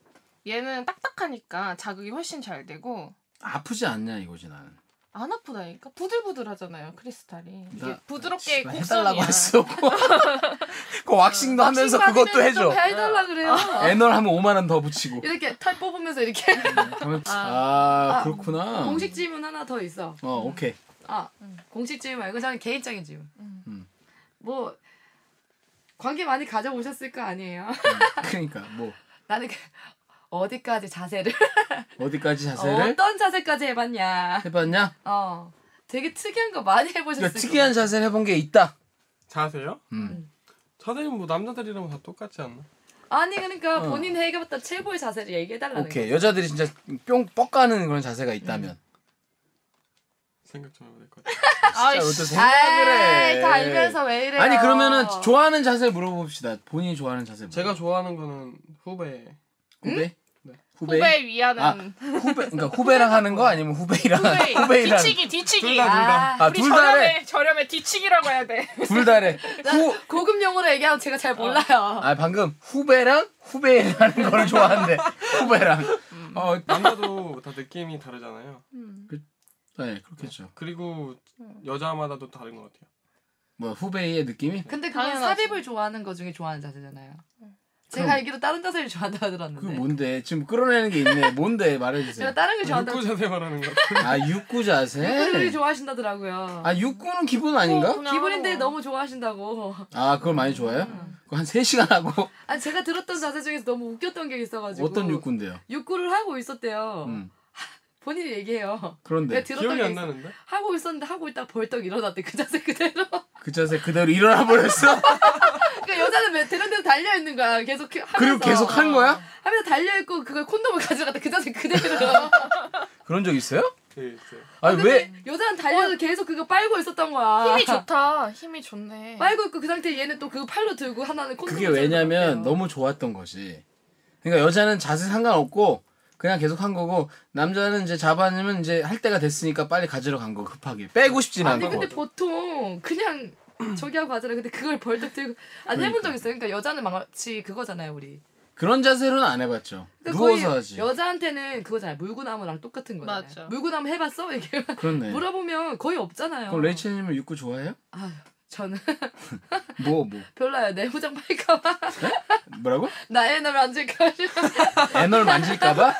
Speaker 4: 얘는 딱딱하니까 자극이 훨씬 잘 되고
Speaker 1: 아프지 않냐 이거지 나는.
Speaker 4: 안 아프다니까 부들부들하잖아요 크리스탈이 이게
Speaker 1: 나-
Speaker 4: 부드럽게
Speaker 1: 씨발,
Speaker 4: 곡선이야.
Speaker 1: 해달라고 했어. 그 왁싱도 하면서 그것도 해줘. 아,
Speaker 2: 좀 해달라 그래요.
Speaker 1: 애널 하면 5만 원 더 붙이고.
Speaker 2: 어. 이렇게 털 뽑으면서 이렇게
Speaker 1: 음. 그러면- 아, 그렇구나.
Speaker 2: 공식 질문 하나 더 있어.
Speaker 1: 어 오케이.
Speaker 2: 아 공식 질문 말고 저는 개인적인 질문.
Speaker 4: 음.
Speaker 1: 음.
Speaker 2: 뭐 관계 많이 가져보셨을 거 아니에요?
Speaker 1: 그러니까 뭐
Speaker 2: 나는 그- 어디까지 자세를
Speaker 1: 어디까지 자세를
Speaker 2: 어떤 자세까지 해봤냐?
Speaker 1: 해봤냐?
Speaker 2: 어 되게 특이한 거 많이 해보셨을
Speaker 1: 그러니까
Speaker 2: 거예요.
Speaker 1: 특이한 자세를 해본 게 있다.
Speaker 3: 자세요?
Speaker 1: 음.
Speaker 3: 자세는 뭐 남자들이랑 다 똑같지 않나?
Speaker 2: 아니 그러니까
Speaker 1: 어.
Speaker 2: 본인 해결했던 최고의 자세를 얘기해달라는
Speaker 1: 오케이 여자들이 진짜 뿅 뻑가는 그런 자세가 있다면
Speaker 3: 생각 좀 해봐야 될 것 같아.
Speaker 4: 아이
Speaker 1: 진짜 어떤
Speaker 4: 씨.
Speaker 1: 생각을 해.
Speaker 4: 에이, 다 알면서 왜 이래요?
Speaker 1: 아니 그러면은 좋아하는 자세 물어봅시다. 본인이 좋아하는 자세.
Speaker 3: 제가 좋아하는 거는 후배.
Speaker 1: 후배?
Speaker 3: 네.
Speaker 1: 후배? 후배?
Speaker 4: 후배 위하는
Speaker 1: 아, 후배 그러니까 후배랑 하는 거 아니면 후배랑
Speaker 4: 후배
Speaker 1: 후배랑
Speaker 4: 뒤치기 뒤치기.
Speaker 3: 둘 다, 둘 다.
Speaker 1: 아,
Speaker 4: 우리
Speaker 1: 둘 다래.
Speaker 4: 저렴에 저렴에 뒤치기라고 해야 돼.
Speaker 1: 둘 다래. 후
Speaker 2: 고급 용어로 얘기하면 제가 잘 몰라요.
Speaker 1: 아, 방금 후배랑 후배라는 걸 좋아한대. 후배랑. 어,
Speaker 3: 남자도 다 느낌이 다르잖아요.
Speaker 1: 네, 그렇겠죠.
Speaker 3: 그리고 여자마다도 다른 것 같아요.
Speaker 1: 뭐 후배의 느낌이
Speaker 2: 근데 그건
Speaker 4: 당연하지.
Speaker 2: 삽입을 좋아하는 것 중에 좋아하는 자세잖아요. 제가 알기로 다른 자세를 좋아한다고
Speaker 1: 그
Speaker 2: 들었는데
Speaker 1: 뭔데? 지금 끌어내는 게 있네. 뭔데? 말해
Speaker 2: 제가
Speaker 1: 주세요.
Speaker 2: 다른 걸 좋아한다고
Speaker 3: 육구 자세 말하는 것 같아요.
Speaker 1: 아, 육구
Speaker 2: 분들이
Speaker 1: 자세.
Speaker 2: 좋아하신다더라고요.
Speaker 1: 아, 육구는 기본 아닌가?
Speaker 4: 그냥
Speaker 2: 기분인데
Speaker 4: 하고.
Speaker 2: 너무 좋아하신다고.
Speaker 1: 아, 그걸 많이 좋아해요? 그거 한 3시간 하고
Speaker 2: 아 제가 들었던 자세 중에서 너무 웃겼던 게 있어가지고
Speaker 1: 어떤 육구인데요?
Speaker 2: 육구를 하고 있었대요.
Speaker 1: 음. 네,
Speaker 2: 본인이 얘기해요.
Speaker 1: 그런데
Speaker 2: 내가 들었던
Speaker 3: 기억이
Speaker 2: 게
Speaker 3: 안
Speaker 2: 있어.
Speaker 3: 나는데?
Speaker 2: 하고 있었는데 하고 있다 벌떡 일어났대 그 자세 그대로.
Speaker 1: 그 자세 그대로 일어나 버렸어.
Speaker 2: 그러니까 여자는 매 되는 데서 달려 있는 거야. 계속 그- 하면서
Speaker 1: 그리고 계속 한 거야?
Speaker 2: 하면서 달려 있고 그걸 콘돔을 가져갔다 그 자세 그대로.
Speaker 1: 그런 적 있어요?
Speaker 3: 예, 있어요.
Speaker 1: 아니 왜?
Speaker 2: 여자는 달려서 계속 그거 빨고 있었던 거야.
Speaker 4: 어. 힘이 좋다. 힘이 좋네.
Speaker 2: 빨고 있고 그 상태 에 얘는 또 그 팔로 들고 하나는 콘돔.
Speaker 1: 그게 왜냐면 너무 좋았던 거지. 그러니까 여자는 자세 상관없고 그냥 계속 한 거고 남자는 이제 잡아내면 이제 할 때가 됐으니까 빨리 가지러 간 거 급하게 빼고 싶진
Speaker 2: 아니
Speaker 1: 않고
Speaker 2: 근데 보통 그냥 저기 하고 하잖아. 근데 그걸 벌떡 들고 안 해본 적 있어요. 그러니까 여자는 마치 그거잖아요, 우리.
Speaker 1: 그런 자세로는 안 해봤죠.
Speaker 2: 그러니까
Speaker 1: 누워서
Speaker 2: 거의
Speaker 1: 하지.
Speaker 2: 여자한테는 그거잖아요. 물구나무랑 똑같은 거잖아요.
Speaker 4: 맞죠.
Speaker 2: 물구나무 해봤어? 이렇게
Speaker 1: 그렇네.
Speaker 2: 물어보면 거의 없잖아요.
Speaker 1: 그럼 레이첼님은 육구 좋아해요?
Speaker 2: 아, 저는
Speaker 1: 뭐 뭐?
Speaker 2: 별로예요. 내 후장 팔까봐
Speaker 1: 뭐라고?
Speaker 2: 나의 널 안질까
Speaker 1: 애널 만질까봐?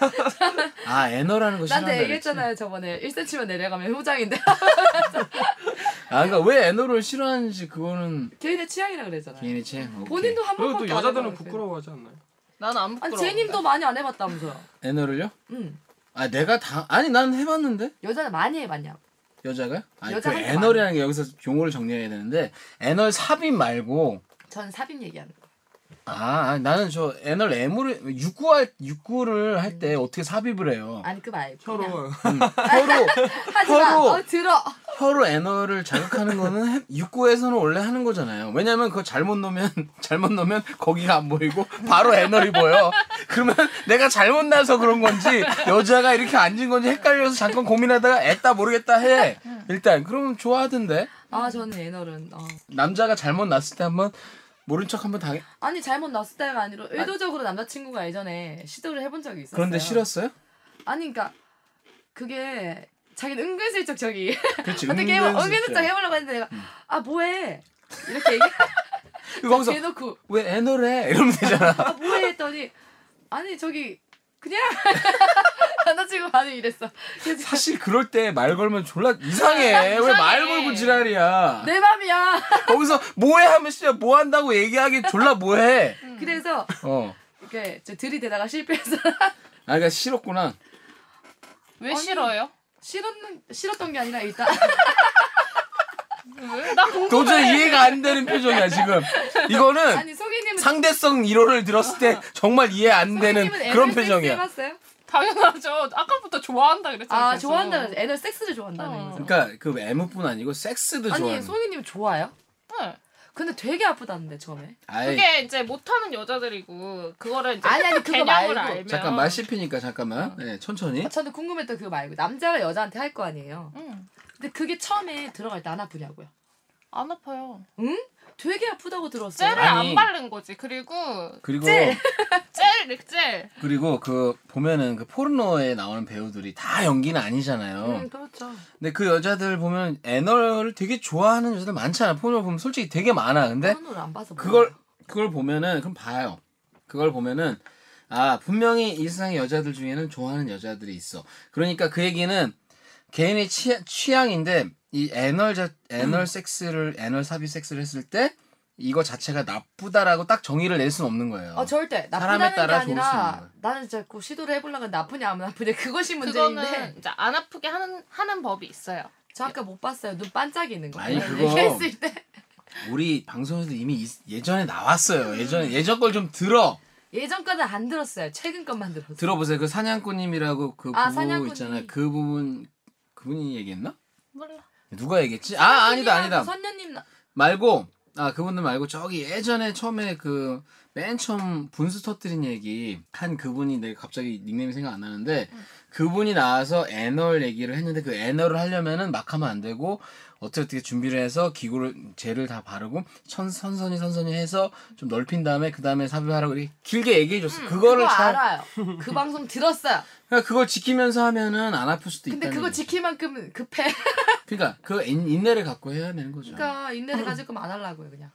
Speaker 1: 아 애널하는 거 싫어한다.
Speaker 2: 나한테
Speaker 1: 그랬지?
Speaker 2: 얘기했잖아요 저번에 1cm만 내려가면 후장인데
Speaker 1: 아 그러니까 왜 애널을 싫어하는지 그거는
Speaker 2: 개인의 취향이라 그랬잖아요.
Speaker 1: 개인의 체험. 오케이.
Speaker 2: 본인도 한
Speaker 3: 그리고
Speaker 2: 번밖에
Speaker 3: 또
Speaker 2: 안
Speaker 3: 여자들은
Speaker 2: 해봐요,
Speaker 3: 부끄러워하지 않나요?
Speaker 4: 나는 안
Speaker 2: 그래서. 아니
Speaker 4: 부끄러워.
Speaker 2: 제님도 많이 안 해봤다면서요.
Speaker 1: 애널을요?
Speaker 2: 응.
Speaker 1: 아 내가 다 아니 난 해봤는데.
Speaker 2: 여자는 많이 해봤냐고.
Speaker 1: 여자가? 아니 그
Speaker 2: 여자 한거
Speaker 1: 애널이라는 게 여기서 용어를 정리해야 되는데 애널 삽입 말고
Speaker 2: 전 삽입 얘기하는 거.
Speaker 1: 아 나는 저 애널 애무를 육구할 육구를 할 때 어떻게 삽입을 해요?
Speaker 2: 아니 그 말고. 그냥.
Speaker 1: 혀로
Speaker 3: 서로
Speaker 2: 하지 마.
Speaker 1: 서로.
Speaker 2: 어, 들어.
Speaker 1: 혀로 애널을 자극하는 거는 해- 육구에서는 원래 하는 거잖아요. 왜냐면 그거 잘못 놓으면 잘못 놓으면 거기가 안 보이고 바로 애널이 보여. 그러면 내가 잘못 나서 그런 건지 여자가 이렇게 앉은 건지 헷갈려서 잠깐 고민하다가 애따 모르겠다 해. 일단 그러면 좋아하던데
Speaker 2: 아 저는 애널은. 어.
Speaker 1: 남자가 잘못 났을 때 한번 모른 척 한번 당해.
Speaker 2: 아니 잘못 났을 때가 아니라 의도적으로 남자친구가 예전에 시도를 해본 적이 있었어요.
Speaker 1: 그런데 싫었어요?
Speaker 2: 아니 그러니까 그게 자기는 은근슬쩍 저기
Speaker 1: 그렇지.
Speaker 2: 어떻게 해보 은근슬쩍 해보려고 했는데 내가 아 뭐해 이렇게 얘기
Speaker 1: 그 거기서
Speaker 2: 해놓고
Speaker 1: 왜 애노래? 이러면 되잖아.
Speaker 2: 아 뭐해 했더니 아니 저기 그냥 남자친구 반응 이랬어. 그래서
Speaker 1: 사실 그럴 때 말 걸면 졸라 이상해. 왜 말 걸고 지랄이야.
Speaker 2: 내 맘이야.
Speaker 1: 거기서 뭐해 하면 진짜 뭐 한다고 얘기하기 졸라 뭐해.
Speaker 2: 그래서
Speaker 1: 어.
Speaker 2: 이렇게 저 들이대다가 실패해서
Speaker 1: 아, 그러니까 싫었구나.
Speaker 4: 왜
Speaker 2: 아니.
Speaker 4: 싫어요?
Speaker 2: 싫었는 싫었던 게 아니라 일단
Speaker 4: 왜? 나 궁금해.
Speaker 1: 도저히 이해가 안 되는 표정이야, 지금. 이거는
Speaker 2: 아니 어. 소개님은
Speaker 1: 상대성 1호를 들었을 때 정말 이해 안 되는
Speaker 2: 소개님은
Speaker 1: 그런
Speaker 2: 애널 섹스
Speaker 1: 표정이야.
Speaker 2: 해봤어요?
Speaker 4: 당연하죠. 아까부터 좋아한다 그랬잖아.
Speaker 2: 아
Speaker 4: 계속.
Speaker 2: 좋아한다는 거지. 애널 섹스를 좋아한다는
Speaker 4: 어.
Speaker 2: 거죠.
Speaker 1: 그러니까 그 애무뿐 아니고 섹스도
Speaker 2: 아니
Speaker 1: 좋아하는.
Speaker 2: 소희님 좋아요?
Speaker 4: 네.
Speaker 2: 근데 되게 아프다는데 처음에.
Speaker 1: 아이,
Speaker 4: 그게 이제 못하는 여자들이고 그거를 이제
Speaker 2: 아니, 아니, 그거
Speaker 4: 개념을
Speaker 2: 말고.
Speaker 4: 알면
Speaker 1: 잠깐 말 씹히니까 잠깐만. 네, 천천히.
Speaker 2: 아, 저는 궁금했던 그거 말고 남자가 여자한테 할 거 아니에요.
Speaker 4: 응.
Speaker 2: 근데 그게 처음에 들어갈 때 안 아프냐고요.
Speaker 4: 안 아파요.
Speaker 2: 되게 아프다고
Speaker 4: 젤을
Speaker 2: 들었어요.
Speaker 1: 아니.
Speaker 4: 안 바른 거지. 그리고
Speaker 1: 그리고
Speaker 4: 젤, 젤.
Speaker 1: 그리고 그 보면은 그 포르노에 나오는 배우들이 다 연기는 아니잖아요.
Speaker 2: 음 그렇죠.
Speaker 1: 근데 그 여자들 보면 애널을 되게 좋아하는 여자들 많잖아. 포르노 보면 솔직히 되게 많아. 근데
Speaker 2: 한우를 안 봐서
Speaker 1: 네? 그걸 그걸 보면은 그럼 봐요. 그걸 보면은 아 분명히 이 세상의 여자들 중에는 좋아하는 여자들이 있어. 그러니까 그 얘기는 개인의 취, 취향인데 이 애널 자,
Speaker 2: 음.
Speaker 1: 애널 섹스를 애널 삽입 섹스를 했을 때 이거 자체가 나쁘다라고 딱 정의를 낼 수는 없는 거예요.
Speaker 2: 어 절대
Speaker 1: 사람에
Speaker 2: 나쁘다는 게
Speaker 1: 따라 좋을 수 있는
Speaker 2: 아니라
Speaker 1: 거예요.
Speaker 2: 나는 자꾸 시도를 해보려고 하는데 나쁘냐 안 나쁘냐 그것이 문제인데
Speaker 4: 그거는 이제 안 아프게 하는 하는 법이 있어요.
Speaker 2: 저 아까 못 봤어요 눈 반짝이는 거 네,
Speaker 1: 아니, 그거-
Speaker 2: 얘기했을 때
Speaker 1: 우리 방송에서 이미 이- 예전에 나왔어요. 예전에 예전 걸 좀 들어.
Speaker 2: 예전 거는 안 들었어요. 최근 것만 들었어요.
Speaker 1: 들어보세요. 그 사냥꾼님이라고 그
Speaker 2: 아,
Speaker 1: 부부
Speaker 2: 사냥꾼님.
Speaker 1: 있잖아요. 그 부분 그분이 얘기했나?
Speaker 4: 몰라.
Speaker 1: 누가 얘기했지? 아 아니다 아니다.
Speaker 2: 선녀님 나...
Speaker 1: 말고 아 그분들 말고 저기 예전에 처음에 그 맨 처음 분수 터뜨린 얘기 한 그분이 내가 갑자기 닉네임이 생각 안 나는데 그분이 나와서 애널 얘기를 했는데 그 애널을 하려면은 막 하면 안 되고 어떻게 어떻게 준비를 해서 기구를 젤을 다 바르고 천, 선선히 선선히 해서 좀 넓힌 다음에 그 다음에 삽입하라고 이렇게 길게 얘기해 줬어. 그거를
Speaker 2: 음, 그거
Speaker 1: 잘
Speaker 2: 알아요. 그 방송 들었어요.
Speaker 1: 그러니까 그걸 지키면서 하면은 안 아플 수도
Speaker 2: 근데
Speaker 1: 있다는
Speaker 2: 그거
Speaker 1: 거지.
Speaker 2: 지킬 만큼 급해.
Speaker 1: 그러니까 그 인- 인내를 갖고 해야 되는 거죠.
Speaker 2: 그러니까 인내를 가질 거면 안 하려고요 그냥.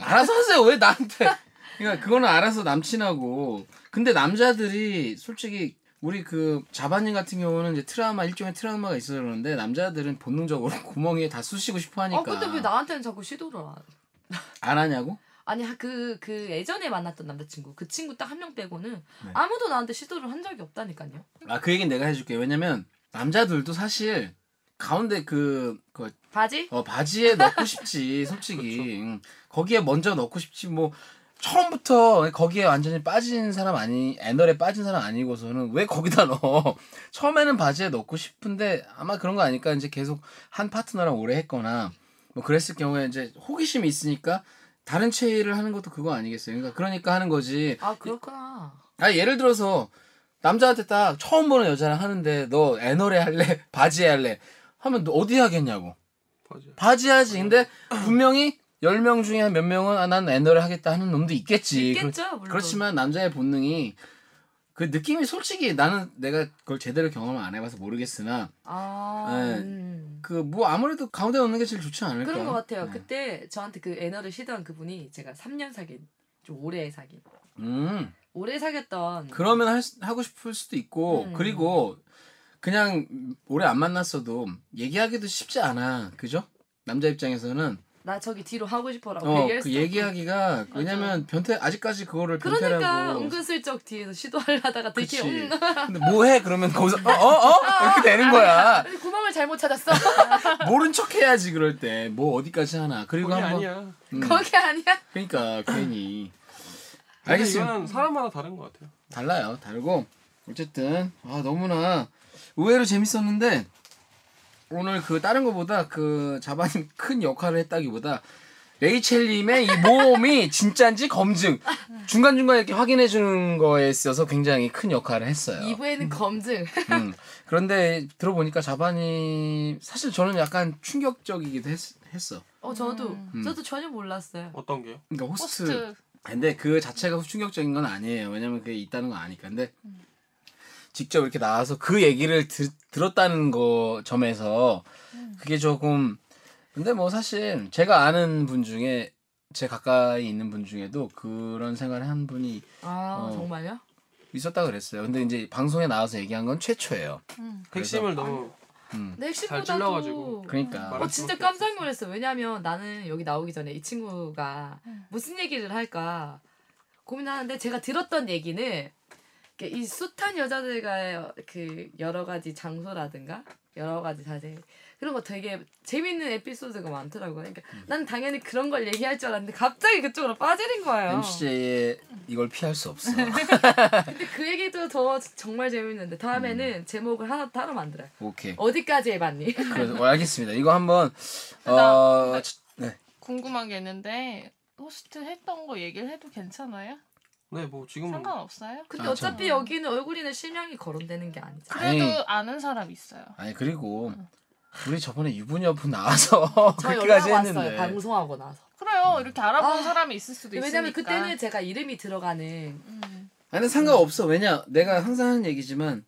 Speaker 1: 알아서 하세요. 왜 나한테? 그러니까 그거는 알아서 남친하고. 근데 남자들이 솔직히 우리 그 자반님 같은 경우는 이제 트라우마 일종의 트라우마가 있어서 그러는데 남자들은 본능적으로 구멍에 다 쑤시고 싶어 하니까
Speaker 2: 아 근데 왜 나한테는 자꾸 시도를 안?
Speaker 1: 안 하냐고?
Speaker 2: 아니 그 그 예전에 만났던 남자친구 그 친구 딱 한 명 빼고는
Speaker 1: 네.
Speaker 2: 아무도 나한테 시도를 한 적이 없다니까요.
Speaker 1: 아 그 얘기는 내가 해줄게. 왜냐면 남자들도 사실 가운데 그, 그
Speaker 2: 바지?
Speaker 1: 어, 바지에 넣고 싶지, 솔직히. 응. 거기에 먼저 넣고 싶지, 뭐, 처음부터 거기에 완전히 빠진 사람 아니, 애널에 빠진 사람 아니고서는 왜 거기다 넣어? 처음에는 바지에 넣고 싶은데 아마 그런 거 아니까 이제 계속 한 파트너랑 오래 했거나 뭐 그랬을 경우에 이제 호기심이 있으니까 다른 체위를 하는 것도 그거 아니겠어요? 그러니까, 그러니까 하는 거지.
Speaker 2: 아 그렇구나.
Speaker 1: 아 예를 들어서 남자한테 딱 처음 보는 여자랑 하는데 너 애널에 할래? 바지에 할래? 하면 너 어디 하겠냐고.
Speaker 3: 맞아요.
Speaker 1: 바지 하지. 근데
Speaker 2: 음.
Speaker 1: 분명히 10명 중에 한 몇 명은 아, 난 애너를 하겠다 하는 놈도 있겠지.
Speaker 2: 있겠죠 물론.
Speaker 1: 그렇- 그렇지만 남자의 본능이 그 느낌이 솔직히 나는 내가 그걸 제대로 경험을 안 해봐서 모르겠으나
Speaker 2: 아.
Speaker 1: 네.
Speaker 2: 음.
Speaker 1: 그 뭐 아무래도 가운데 넣는 게 제일 좋지 않을까.
Speaker 2: 그런 것 같아요.
Speaker 1: 네.
Speaker 2: 그때 저한테 그 애너를 시도한 그분이 제가 3년 사귄, 좀 오래 사귄,
Speaker 1: 음
Speaker 2: 오래 사귀었던
Speaker 1: 그러면 할 수- 하고 싶을 수도 있고
Speaker 2: 음.
Speaker 1: 그리고 그냥 오래 안 만났어도 얘기하기도 쉽지 않아. 그죠? 남자 입장에서는
Speaker 2: 나 저기 뒤로 하고 싶어라고
Speaker 1: 어,
Speaker 2: 얘기할
Speaker 1: 그
Speaker 2: 수도 없고.
Speaker 1: 얘기하기가 왜냐면 변태 아직까지 그거를 변태라고
Speaker 2: 그러니까 은근슬쩍 뒤에서 시도하려다가
Speaker 1: 그치.
Speaker 2: 되게 음,
Speaker 1: 근데 뭐해 그러면 거기서 어어 어? 이렇게 되는 거야.
Speaker 4: 구멍을 잘못 찾았어.
Speaker 1: 모른 척 해야지 그럴 때. 뭐 어디까지 하나. 그리고
Speaker 3: 그게
Speaker 1: 한번
Speaker 3: 아니야.
Speaker 1: 음,
Speaker 2: 거기 아니야?
Speaker 1: 그러니까 괜히
Speaker 3: 근데
Speaker 1: 알겠습니다.
Speaker 3: 이거는 사람마다 다른 것 같아요.
Speaker 1: 달라요. 다르고 어쨌든 아 너무나 의외로 재밌었는데 오늘 그 다른 거보다 그 자바님 큰 역할을 했다기보다 레이첼님의 이 모험이 진짜인지 검증 중간 중간 이렇게 확인해 주는 거에 있어서 굉장히 큰 역할을 했어요.
Speaker 2: 2부에는 검증.
Speaker 1: 음. 그런데 들어보니까 자반이 사실 저는 약간 충격적이기도 했, 했어.
Speaker 2: 어 저도
Speaker 1: 음.
Speaker 2: 저도 전혀 몰랐어요.
Speaker 3: 어떤 게요?
Speaker 1: 그러니까 호스트.
Speaker 4: 호스트.
Speaker 1: 근데 그 자체가 충격적인 건 아니에요. 왜냐면 그게 있다는 건 아니까. 근데 직접 이렇게 나와서 그 얘기를 들, 들었다는 거 점에서 그게 조금 근데 뭐 사실 제가 아는 분 중에 제 가까이 있는 분 중에도 그런 생각을 한 분이
Speaker 2: 아
Speaker 1: 어.
Speaker 2: 정말요?
Speaker 1: 있었다 그랬어요. 근데 이제 방송에 나와서 얘기한 건 최초예요.
Speaker 4: 음.
Speaker 3: 핵심을 너무
Speaker 1: 음.
Speaker 2: 내
Speaker 3: 찔러가지고.
Speaker 2: 핵심보다도
Speaker 1: 그러니까
Speaker 2: 어 진짜 깜짝 놀랐어. 왜냐하면 나는 여기 나오기 전에 이 친구가
Speaker 4: 음.
Speaker 2: 무슨 얘기를 할까 고민하는데 제가 들었던 얘기는 이렇게 이 숱한 여자들과의 그 여러 가지 장소라든가 여러 가지 사실 그런 거 되게 재밌는 에피소드가 많더라고요. 그러니까 난 당연히 그런 걸 얘기할 줄 알았는데 갑자기 그쪽으로 빠지는 거예요.
Speaker 1: MC의 이걸 피할 수 없어.
Speaker 2: 근데 그 얘기도 더 정말 재밌는데 다음에는 제목을 하나 따로 만들어요.
Speaker 1: 오케이.
Speaker 2: 어디까지 해봤니?
Speaker 1: 그래서 어, 알겠습니다. 이거 한번 어
Speaker 4: 하나.
Speaker 1: 자-
Speaker 4: 궁금한 게 있는데 호스트 했던 거 얘기를 해도 괜찮아요?
Speaker 3: 네, 뭐
Speaker 1: 음.
Speaker 3: 지금 은
Speaker 4: 상관없어요?
Speaker 2: 근데
Speaker 1: 아,
Speaker 2: 어차피
Speaker 4: 참.
Speaker 2: 여기는 얼굴이나 실명이 거론되는 게 아니죠.
Speaker 4: 그래도
Speaker 1: 아니.
Speaker 4: 아는 사람 있어요.
Speaker 1: 아니 그리고 우리 저번에 유부녀 분 나와서 아, 그렇게까지 했는데
Speaker 2: 방송하고 나서.
Speaker 4: 그래요. 이렇게 알아본
Speaker 2: 아,
Speaker 4: 사람이 있을 수도 있으니까.
Speaker 2: 왜냐면 그때는 제가 이름이 들어가는
Speaker 4: 음.
Speaker 1: 아니 상관없어. 왜냐 내가 항상 하는 얘기지만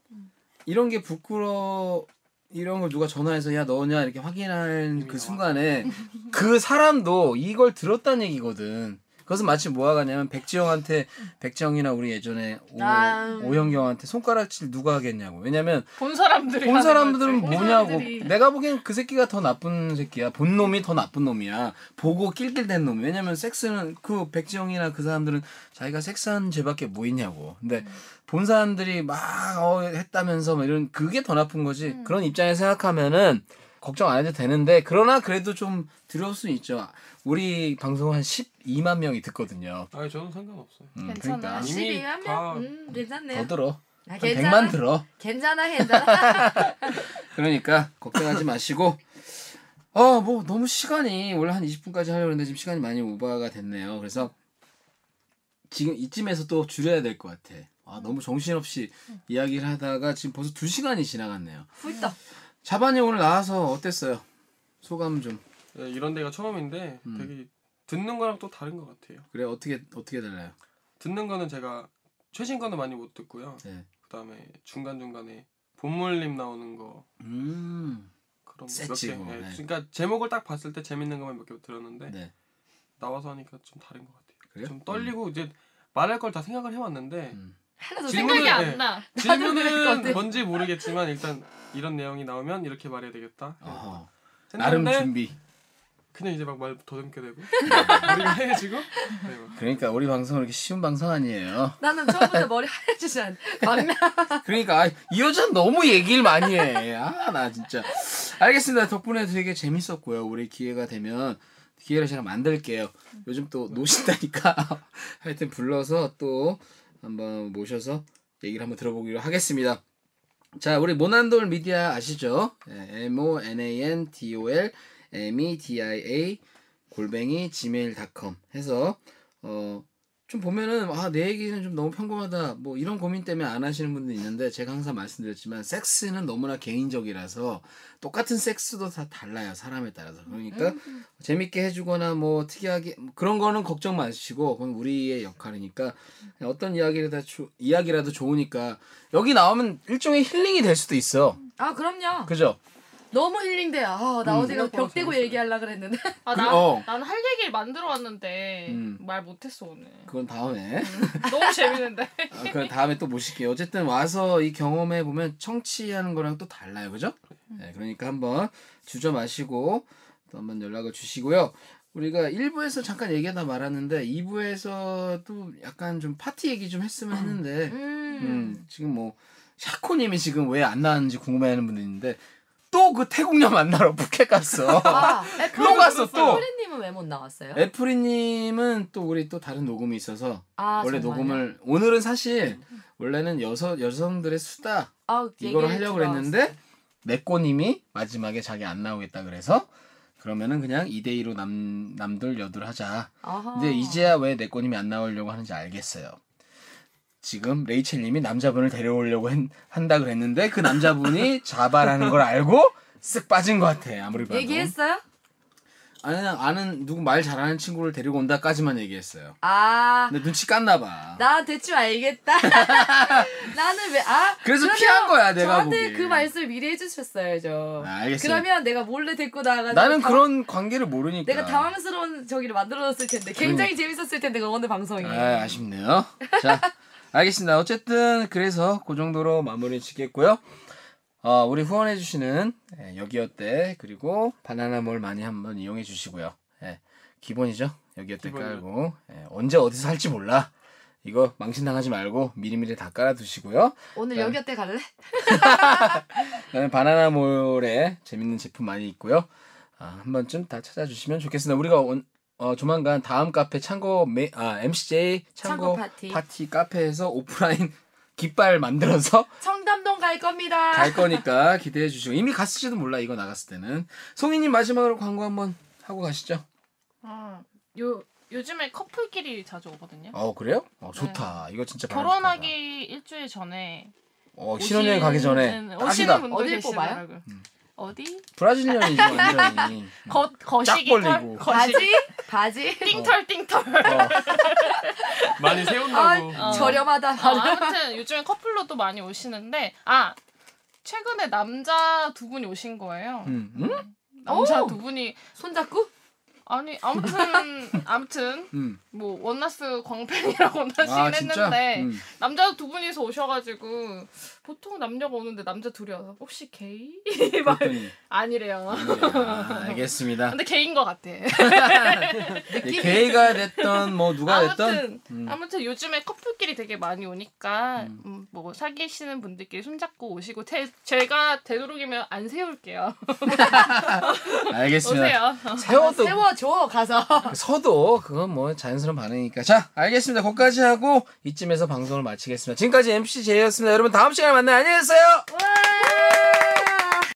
Speaker 1: 이런 게 부끄러 이런 걸 누가 전화해서 야 너냐 이렇게 확인할 그 순간에 그 사람도 이걸 들었다는 얘기거든. 그것은 마치 뭐하가냐면 백지영한테 백지영이나 우리 예전에 오,
Speaker 2: 아.
Speaker 1: 오현경한테 손가락질 누가 하겠냐고. 왜냐면
Speaker 4: 본 사람들이
Speaker 1: 본
Speaker 4: 하는
Speaker 1: 사람들은
Speaker 4: 거지.
Speaker 1: 뭐냐고.
Speaker 2: 사람들이.
Speaker 1: 내가 보기엔 그 새끼가 더 나쁜 새끼야. 본 놈이 더 나쁜 놈이야. 보고 낄낄댄 놈. 왜냐면 섹스는 그 백지영이나 그 사람들은 자기가 섹스한 죄밖에 뭐 있냐고. 근데 본 사람들이 막 어, 했다면서 막 이런 그게 더 나쁜 거지. 그런 입장에 생각하면은 걱정 안 해도 되는데 그러나 그래도 좀 두려울 수는 있죠. 우리 방송 한 12만 명이 듣거든요.
Speaker 3: 아니 저는 상관없어요.
Speaker 1: 음,
Speaker 4: 괜찮아.
Speaker 1: 그러니까
Speaker 3: 이미
Speaker 2: 12만
Speaker 3: 다-
Speaker 2: 명? 음, 괜찮네요.
Speaker 1: 더 들어.
Speaker 2: 아,
Speaker 1: 한
Speaker 2: 괜찮아.
Speaker 1: 100만 들어.
Speaker 2: 괜찮아, 괜찮아.
Speaker 1: 그러니까 걱정하지 마시고 어 뭐 너무 시간이 원래 한 20분까지 하려고 했는데 지금 시간이 많이 오버가 됐네요. 그래서 지금 이쯤에서 또 줄여야 될 것 같아. 아 너무 정신없이 이야기를 하다가 지금 벌써 2 시간이 지나갔네요.
Speaker 2: 훌떡.
Speaker 1: 자반이 오늘 나와서 어땠어요? 소감 좀
Speaker 3: 네, 이런 데가 처음인데
Speaker 1: 음.
Speaker 3: 되게 듣는 거랑 또 다른 것 같아요.
Speaker 1: 그래 어떻게 어떻게 달라요?
Speaker 3: 듣는 거는 제가 최신 거는 많이 못 듣고요.
Speaker 1: 네.
Speaker 3: 그다음에 중간 중간에 본물림 나오는 거
Speaker 1: 음.
Speaker 3: 그런 몇 개.
Speaker 1: 세치고,
Speaker 3: 예,
Speaker 1: 네.
Speaker 3: 그러니까 제목을 딱 봤을 때 재밌는 것만 몇 개 들었는데
Speaker 1: 네.
Speaker 3: 나와서 하니까 좀 다른 것 같아요.
Speaker 1: 그래요?
Speaker 3: 좀 떨리고 이제 말할 걸 다 생각을 해왔는데
Speaker 1: 음.
Speaker 2: 하나도
Speaker 3: 질문을-
Speaker 4: 생각이
Speaker 2: 생각이 안
Speaker 3: 네.
Speaker 4: 안 나.
Speaker 2: 그럴 것 같아.
Speaker 3: 질문은 뭔지 모르겠지만 일단 이런 내용이 나오면 이렇게 말해야 되겠다.
Speaker 1: 음. 어허. 나름
Speaker 3: 했는데
Speaker 1: 준비. 음.
Speaker 3: 그냥 이제 막 말 더듬게 되고 머리가 하얘지고 네, 막.
Speaker 1: 그러니까 우리 방송은 이렇게 쉬운 방송 아니에요.
Speaker 2: 나는 처음부터 머리 하얘지지 않. 반면
Speaker 1: 그러니까 아, 이 여자는 너무 얘기를 많이 해. 아, 나 진짜. 알겠습니다. 덕분에 되게 재밌었고요. 우리 기회가 되면 기회를 제가 만들게요. 요즘 또 노신다니까. 하여튼 불러서 또 한번 모셔서 얘기를 한번 들어보기로 하겠습니다. 자, 우리 모난돌 미디어 아시죠? 예, M O N A N D O L M E D I A 골뱅이 gmail.com 해서 어 좀 보면은 아 내 얘기는 좀 너무 평범하다 뭐 이런 고민 때문에 안 하시는 분들 있는데 제가 항상 말씀드렸지만 섹스는 너무나 개인적이라서 똑같은 섹스도 다 달라요 사람에 따라서 그러니까 재밌게 해주거나 뭐 특이하게 뭐 그런 거는 걱정 마시고 그건 우리의 역할이니까 그냥 어떤 이야기를 다 주- 이야기라도 좋으니까 여기 나오면 일종의 힐링이 될 수도 있어
Speaker 2: 아 그럼요.
Speaker 1: 그죠
Speaker 2: 너무 힐링돼요. 아, 나
Speaker 1: 음.
Speaker 2: 어제가 벽 대고
Speaker 3: 재밌어요.
Speaker 2: 얘기하려 그랬는데
Speaker 4: 아,
Speaker 1: 그-
Speaker 4: 나,
Speaker 1: 어.
Speaker 4: 나는 할 얘기를 만들어 왔는데
Speaker 1: 음.
Speaker 4: 말 못했어 오늘.
Speaker 1: 그건 다음에
Speaker 4: 너무 재밌는데.
Speaker 1: 아, 그럼 다음에 또 모실게요. 어쨌든 와서 이 경험해 보면 청취하는 거랑 또 달라요, 그죠? 네, 그러니까 한번 주저 마시고 또 한번 연락을 주시고요. 우리가 1부에서 잠깐 얘기하다 말았는데 2부에서도 약간 좀 파티 얘기 좀 했으면 했는데
Speaker 2: 음.
Speaker 1: 음, 지금 뭐 샤코님이 지금 왜 안 나왔는지 궁금해하는 분들 있는데 또 그 태국녀 만나러 북해 갔어.
Speaker 2: 아,
Speaker 1: 또 갔어 또.
Speaker 2: 소리님은 왜 못 나왔어요?
Speaker 1: 애프리님은 또 우리 또 다른 녹음이 있어서
Speaker 2: 아,
Speaker 1: 원래
Speaker 2: 정말요?
Speaker 1: 녹음을 오늘은 사실 원래는 여성 여성들의 수다
Speaker 2: 아,
Speaker 1: 이걸
Speaker 2: 얘기를
Speaker 1: 하려고
Speaker 2: 들어왔어.
Speaker 1: 그랬는데 맥꼬님이 마지막에 자기 안 나오겠다 그래서 그러면은 그냥 2대 2로 남 남들 여둘 하자.
Speaker 2: 아하.
Speaker 1: 근데 이제야 왜 맥꼬님이 안 나오려고 하는지 알겠어요. 지금 레이첼님이 남자분을 데려오려고 한, 한다 그랬는데 그 남자분이 자바라는 걸 알고 쓱 빠진 것 같아 아무리 봐도.
Speaker 2: 얘기했어요?
Speaker 1: 아니 그냥 아는 누구 말 잘하는 친구를 데리고 온다까지만 얘기했어요.
Speaker 2: 아,
Speaker 1: 근데 눈치 깠나 봐.
Speaker 2: 나 대충 알겠다. 나는 왜 아?
Speaker 1: 그래서
Speaker 2: 그러면
Speaker 1: 피한 거야, 내가
Speaker 2: 저한테
Speaker 1: 보기엔.
Speaker 2: 그 말씀을 미리 해주셨어야죠.
Speaker 1: 아, 알겠어요.
Speaker 2: 그러면 내가 몰래 데리고 나가서
Speaker 1: 나는
Speaker 2: 당-
Speaker 1: 그런 관계를 모르니까.
Speaker 2: 내가 당황스러운 저기를 만들어놨을 텐데 굉장히 재밌었을 텐데 그 오늘 방송이.
Speaker 1: 아, 아쉽네요. 자, 알겠습니다. 어쨌든 그래서 그 정도로 마무리 짓겠고요. 어, 우리 후원해주시는 예, 여기어때 그리고 바나나몰 많이 한번 이용해 주시고요. 예, 기본이죠. 여기어때
Speaker 3: 기본이요.
Speaker 1: 깔고 예, 언제 어디서 할지 몰라. 이거 망신당하지 말고 미리미리 다 깔아두시고요.
Speaker 2: 오늘
Speaker 1: 네.
Speaker 2: 여기 어때 갈래?
Speaker 1: 그다음에 바나나몰에 재밌는 제품 많이 있고요. 아, 한 번쯤 다 찾아주시면 좋겠습니다. 우리가 원- 어, 조만간 다음 카페 창고 메, 아, MCJ
Speaker 2: 창고
Speaker 1: 창고
Speaker 2: 파티.
Speaker 1: 파티 카페에서 오프라인 깃발 만들어서
Speaker 2: 청담동 갈 겁니다.
Speaker 1: 갈 거니까 기대해 주시고 이미 갔을지도 몰라 이거 나갔을 때는 송이님 마지막으로 광고 한번 하고 가시죠.
Speaker 4: 아, 요 요즘에 커플끼리 자주 오거든요.
Speaker 1: 어 그래요? 어 좋다. 이거 진짜 바람 좋다.
Speaker 4: 네. 결혼하기 일주일 전에
Speaker 1: 어 신혼여행 가기 전에
Speaker 4: 오시는- 오시는
Speaker 1: 딱이다. 음.
Speaker 4: 분들
Speaker 2: 어딜
Speaker 4: 계시더라고요. 어디?
Speaker 1: 브라질년이죠 완전히.
Speaker 4: 거 거시기
Speaker 1: 쫙
Speaker 4: 털
Speaker 1: 벌리고.
Speaker 4: 거시
Speaker 2: 바지? 바지?
Speaker 4: 띵털 띵털.
Speaker 1: 어,
Speaker 3: 많이 세운다고.
Speaker 2: 아, 저렴하다.
Speaker 1: 어.
Speaker 4: 아, 아무튼 요즘에 커플로도 많이 오시는데 아 최근에 남자 두 분이 오신 거예요.
Speaker 1: 음, 음?
Speaker 4: 남자
Speaker 2: 오!
Speaker 4: 두 분이
Speaker 2: 손잡고?
Speaker 4: 아니 아무튼 아무튼
Speaker 1: 음.
Speaker 4: 뭐 원나스 광팬이라고 원나스긴
Speaker 1: 아 진짜.
Speaker 4: 했는데
Speaker 1: 음.
Speaker 4: 남자 두 분이서 오셔가지고 보통 남자가 오는데 남자 둘이 와서 혹시 게이? 막
Speaker 1: 그랬더니,
Speaker 4: 아니래요.
Speaker 1: 아, 알겠습니다.
Speaker 4: 근데 게인 것 같아.
Speaker 1: 네, 게이가 됐던 뭐 누가 됐던
Speaker 4: 아무튼
Speaker 1: 음.
Speaker 4: 아무튼 요즘에 커플끼리 되게 많이 오니까
Speaker 1: 음.
Speaker 4: 음, 뭐 사귀시는 분들끼리 손잡고 오시고 태- 제가 되도록이면 안 세울게요.
Speaker 1: 알겠습니다.
Speaker 4: 오세요.
Speaker 1: 세워도 뭐
Speaker 2: 세워줘 가서
Speaker 1: 서도 그건 뭐 자연스러운 반응이니까 자 알겠습니다. 거기까지 하고 이쯤에서 방송을 마치겠습니다. 지금까지 MC 제이였습니다. 여러분 다음 시간에 만나요. 안녕히 계세요.
Speaker 2: 와.